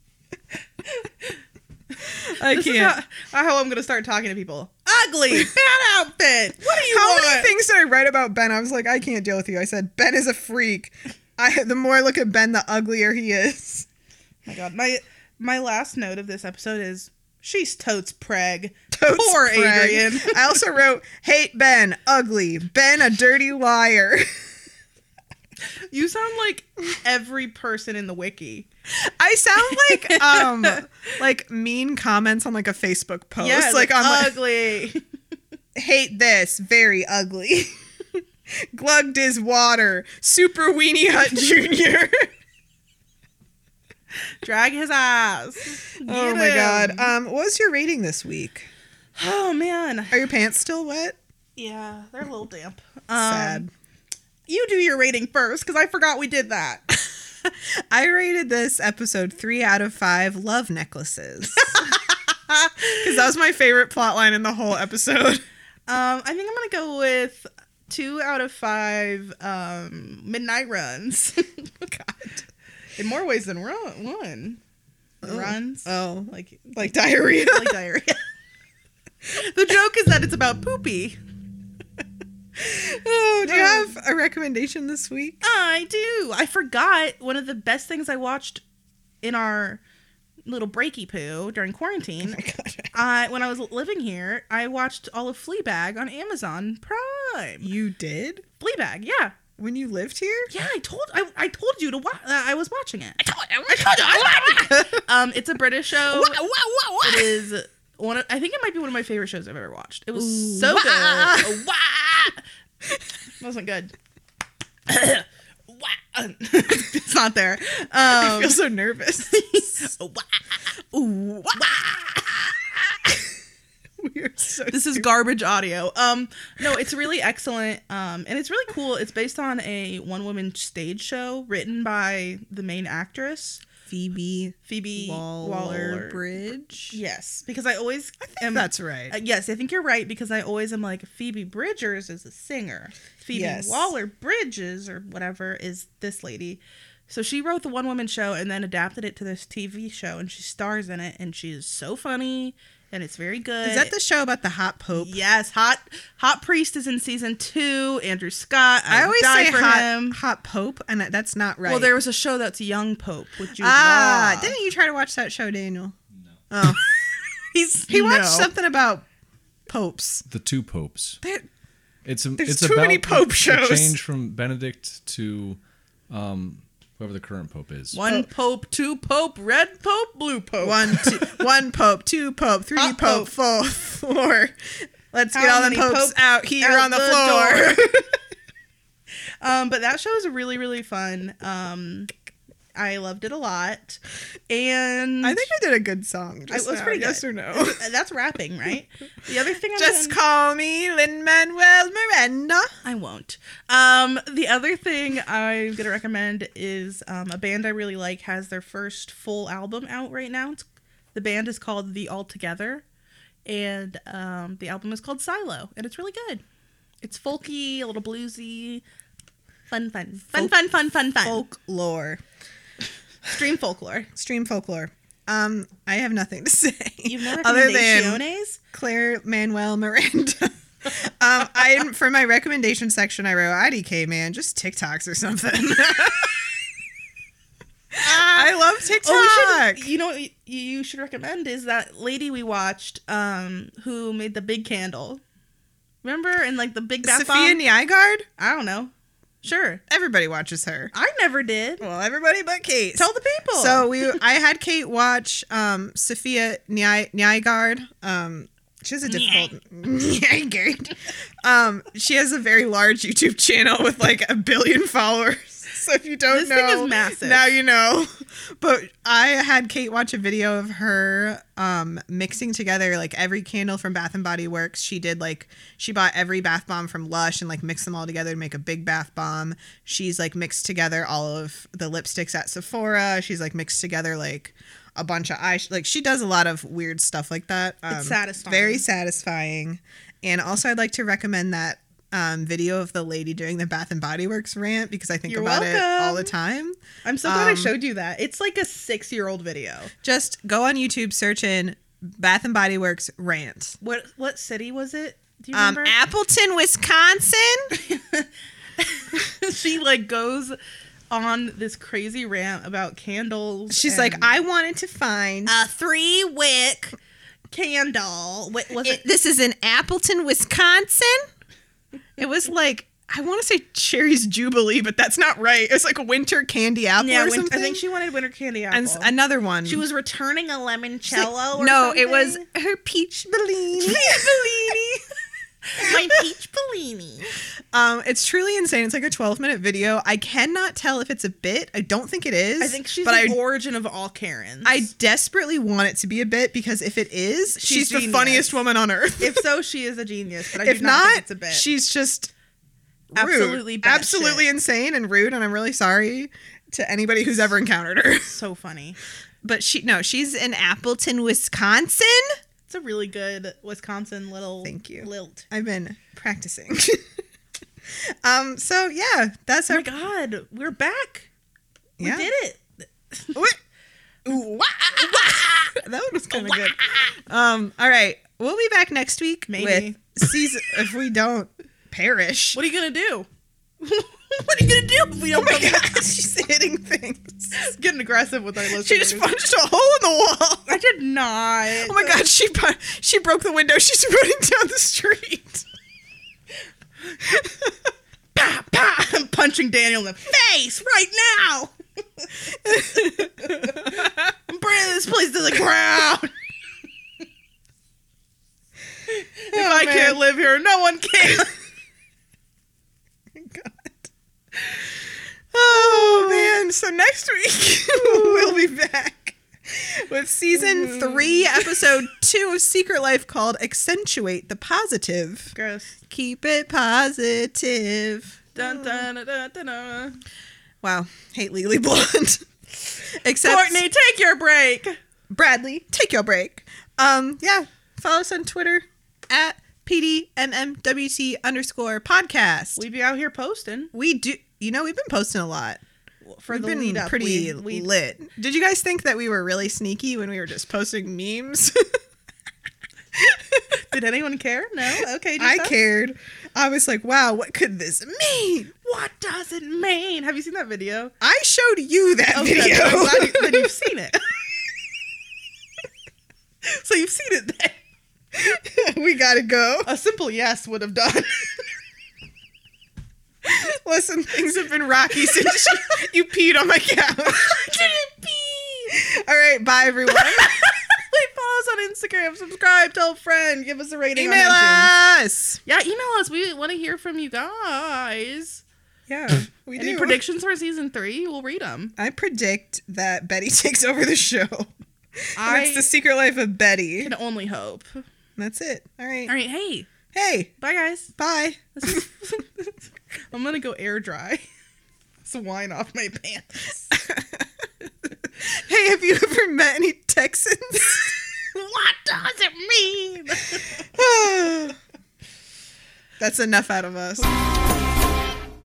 I
[LAUGHS] This is
can't.
how, how I'm gonna start talking to people. Oh,
[LAUGHS]
Ugly, bad outfit. What do you
How
want?
many things did I write about Ben? I was like, I can't deal with you. I said, Ben is a freak. I, the more I look at Ben, the uglier he is. [LAUGHS]
my God, my my last note of this episode is she's totes preg.
Totes
Poor
Frank.
Adrian.
I also wrote, hate Ben, ugly, Ben a
[LAUGHS]
dirty liar.
You sound like every person in the wiki.
I sound [LAUGHS] like um like mean comments on like a Facebook post.
Yeah,
like, on like,
ugly.
hate this, very ugly. [LAUGHS] Glugged is water, super weenie hut junior.
[LAUGHS]
[LAUGHS]
Drag his eyes.
oh
Get
my
him.
god. Um what was your rating this week?
Oh man.
Are your pants still wet?
Yeah, they're a little damp. Um,
Sad.
You do your rating first because I forgot we did [LAUGHS] that.
I rated this episode three out of five love [LAUGHS] necklaces. Because that was my favorite plot line in the whole episode. [LAUGHS]
Um, I think I'm gonna go with two out of five um, midnight runs. [LAUGHS] God, in more ways than run, one runs
Oh. Like,
like
like diarrhea.
like diarrhea. [LAUGHS] the joke is that it's about poopy.
[LAUGHS] oh, do you have a recommendation this week? [LAUGHS]
I do. I forgot one of the best things I watched in our little breaky poo during quarantine. [LAUGHS]
Oh
I when I was living here, I watched all of Fleabag on Amazon Prime.
You did?
Fleabag, yeah.
when you lived here?
Yeah, I told I, I told you to watch. Uh, I was watching it.
I told you. I loved it.
[LAUGHS] Um, it's a British [LAUGHS] show.
Wah, wah, wah, wah.
It is one. Of, I think it might be one of my favorite shows I've ever watched. It was
Ooh,
so
wah,
[LAUGHS] good. Wah! Wasn't good. [LAUGHS] Wah! [LAUGHS] it's not [LAUGHS] there.
I
Um,
feel
[LAUGHS]
so nervous. [LAUGHS]
ooh, wah!
we are so.
this is garbage audio. Um, no, it's really excellent. Um, and it's really cool. It's based on a one woman stage show written by the main actress
Phoebe
Phoebe Waller.
Bridge.
Yes, because I always am.
that's right.
uh, yes, I think you're right because I always am like Phoebe Bridgers is a singer. Phoebe
Yes.
Waller Bridges or whatever is this lady. So she wrote the one woman show and then adapted it to this TV show and she stars in it and she is so funny and it's very good.
is that the show about the hot pope?
Yes, hot hot priest is in season two. Andrew Scott. I,
I always
die
say
for
hot,
him.
hot pope, and that- that's not right.
Well, there was a show that's Young Pope with Jude
ah.
Law.
Didn't you try to watch that show, Daniel?
[LAUGHS]
No.
Oh,
He's-
he watched
no.
something about popes.
The two popes.
That,
It's a,
There's
it's
too many
about
pope
the- the
shows.
Change from Benedict to um, whoever the current pope is.
One Pope, two Pope, red Pope, blue Pope.
one, two, one pope, two pope, three
Hot
pope, four, four. Let's
How
get all the
many
popes
popes
out here
out
on the,
the
floor.
[LAUGHS] Um, but that show is really really fun. Um, I loved it a lot, and
I think I did a good song. Just
was
now,
pretty
Yes
good.
or [LAUGHS] no?
[LAUGHS] that's rapping, right? The other thing I'm
Just
gonna-
call me Lin Manuel Miranda.
I won't. Um, the other thing I'm gonna recommend is um, a band I really like has their first full album out right now. It's, the band is called The All Together, and um, the album is called Silo, and it's really good. It's folky, a little bluesy, fun, fun, fun,
Folk-
fun, fun, fun, fun.
Folklore,
Stream folklore.
stream folklore. Um, I have nothing to [LAUGHS] say.
You've never
other than
recommendations?
Claire Manuel Miranda. [LAUGHS] um, I for my recommendation section, I wrote IDK man, just TikToks or something. [LAUGHS] I love TikTok.
Oh, we should, you know what you- you should recommend is that lady we watched um who made the big candle. Remember and like the big bath
Sophia
bomb?
Nygaard.
I don't know. Sure.
Everybody watches her.
I never did.
Well, everybody but Kate.
Tell the people.
So we, I had Kate watch um, Sophia Ny- Nygaard. Um, she has a difficult [LAUGHS] Nygaard. Um, she has a very large YouTube channel with like a billion followers. [LAUGHS] So if you don't
This
know,
thing is massive.
now you know. But I had Kate watch a video of her um, mixing together like every candle from Bath and Body Works. She did like she bought every bath bomb from Lush and like mixed them all together to make a big bath bomb. She's like mixed together all of the lipsticks at Sephora. She's like mixed together like a bunch of eyes. Like she does a lot of weird stuff like that. Um,
satisfying.
Very satisfying. And also, I'd like to recommend that. Um, video of the lady doing the Bath and Body Works rant because I think
You're
about it all
welcome.
the time.
I'm so glad I
um,
showed you that. It's like a six year old video.
Just go on YouTube, search in Bath and Body Works rant.
What what city was it? Do you
Um,
remember?
Appleton, Wisconsin.
[LAUGHS] she like goes on this crazy rant about candles. and-
She's like, I wanted to find.
A three wick.
candle. What was
it- this is in Appleton, Wisconsin. It was like I want to say Cherry's Jubilee, but that's not right. It's like a winter candy apple
Yeah,
or
win-
something.
I think she wanted winter candy apple.
and s- another one.
She was returning a
It's like-
limoncello. or
no, it was
something.
her peach Bellini.
[LAUGHS] my peach Bellini.
[LAUGHS] um, it's truly insane. It's like a 12 minute video. I cannot tell if it's a bit. I don't think it is.
I think she's
but
the
I
origin of all Karens.
I desperately want it to be a bit because if it is, she's,
She's
the
genius.
funniest woman on earth.
if so, she is a genius. But I
[LAUGHS] if
do not,
not,
think it's a bit.
she's just rude.
Absolutely batshit.
absolutely insane and rude. And I'm really sorry to anybody who's ever encountered her. [LAUGHS]
so funny.
But she, no, she's in Appleton, Wisconsin.
It's a really good Wisconsin little
Thank you.
lilt. Oh
I've been practicing. [LAUGHS] um. So yeah, that's
Oh
our
my god, we're back. We
yeah.
did it.
What? Ooh, wah, ah, ah, ah. that one was kind of good. Um. All right, we'll be back next week
Maybe.
with season if we don't perish.
What are you gonna do? what are you gonna do if we
Oh
don't
my gosh, she's hitting things.
She's getting aggressive with our listeners?
She just punched a hole in the wall.
I did [LAUGHS] not.
Oh my god, she bu- she broke the window. She's [LAUGHS] running down the street.
Bah, bah, I'm punching punching Daniel in the face right
[LAUGHS]
now. I'm burning this place to the ground. if I can't live here, no one can.
God. Oh man! So next week [LAUGHS] we'll be back with season three, episode two of Secret Life called "Accentuate the Positive."
Gross.
Keep it positive.
Dun, dun, dun, dun, dun, dun.
Wow, hate Legally Blonde. [LAUGHS] Except
Courtney, take your break.
Bradley, take your break. Um, yeah, follow us on Twitter at pdmmwt underscore podcast. We,
We be out here posting
do, you know, we've been posting a lot.
for
we've
the
been
lead up.
pretty
We- we-
lit. Did you guys think that we were really sneaky when we were just posting memes?
Did anyone care? No. Okay. just
[LAUGHS] I
us?
cared. I was like, wow, what could this mean?
What does it mean? Have you seen that [LAUGHS] video?
I showed you that
Okay,
video.
I'm glad you,
[LAUGHS]
then [LAUGHS] you've seen it. so you've seen it then.
[LAUGHS] we gotta go.
A simple yes would have [LAUGHS] done.
Listen, things have been rocky since you, you peed on my [LAUGHS] couch.
Didn't be.
All right, bye [LAUGHS] everyone.
Like, follow us on Instagram, subscribe, tell a friend, give us a rating.
Email
on iTunes.
us.
Yeah, email us. We want to hear from you guys.
[LAUGHS] Yeah, we
Any
do.
predictions for season three? We'll read
[LAUGHS]
them.
I predict that Betty [LAUGHS] takes over the show.
I
That's the secret life of Betty.
can only hope.
That's it. All right.
All right, hey,
Hey,
bye guys. [LAUGHS]
bye. [LAUGHS]
I'm gonna go air dry [LAUGHS] some wine off my pants. [LAUGHS]
Hey, have you ever met any [LAUGHS] Texans?
what does it mean?
That's enough out of us.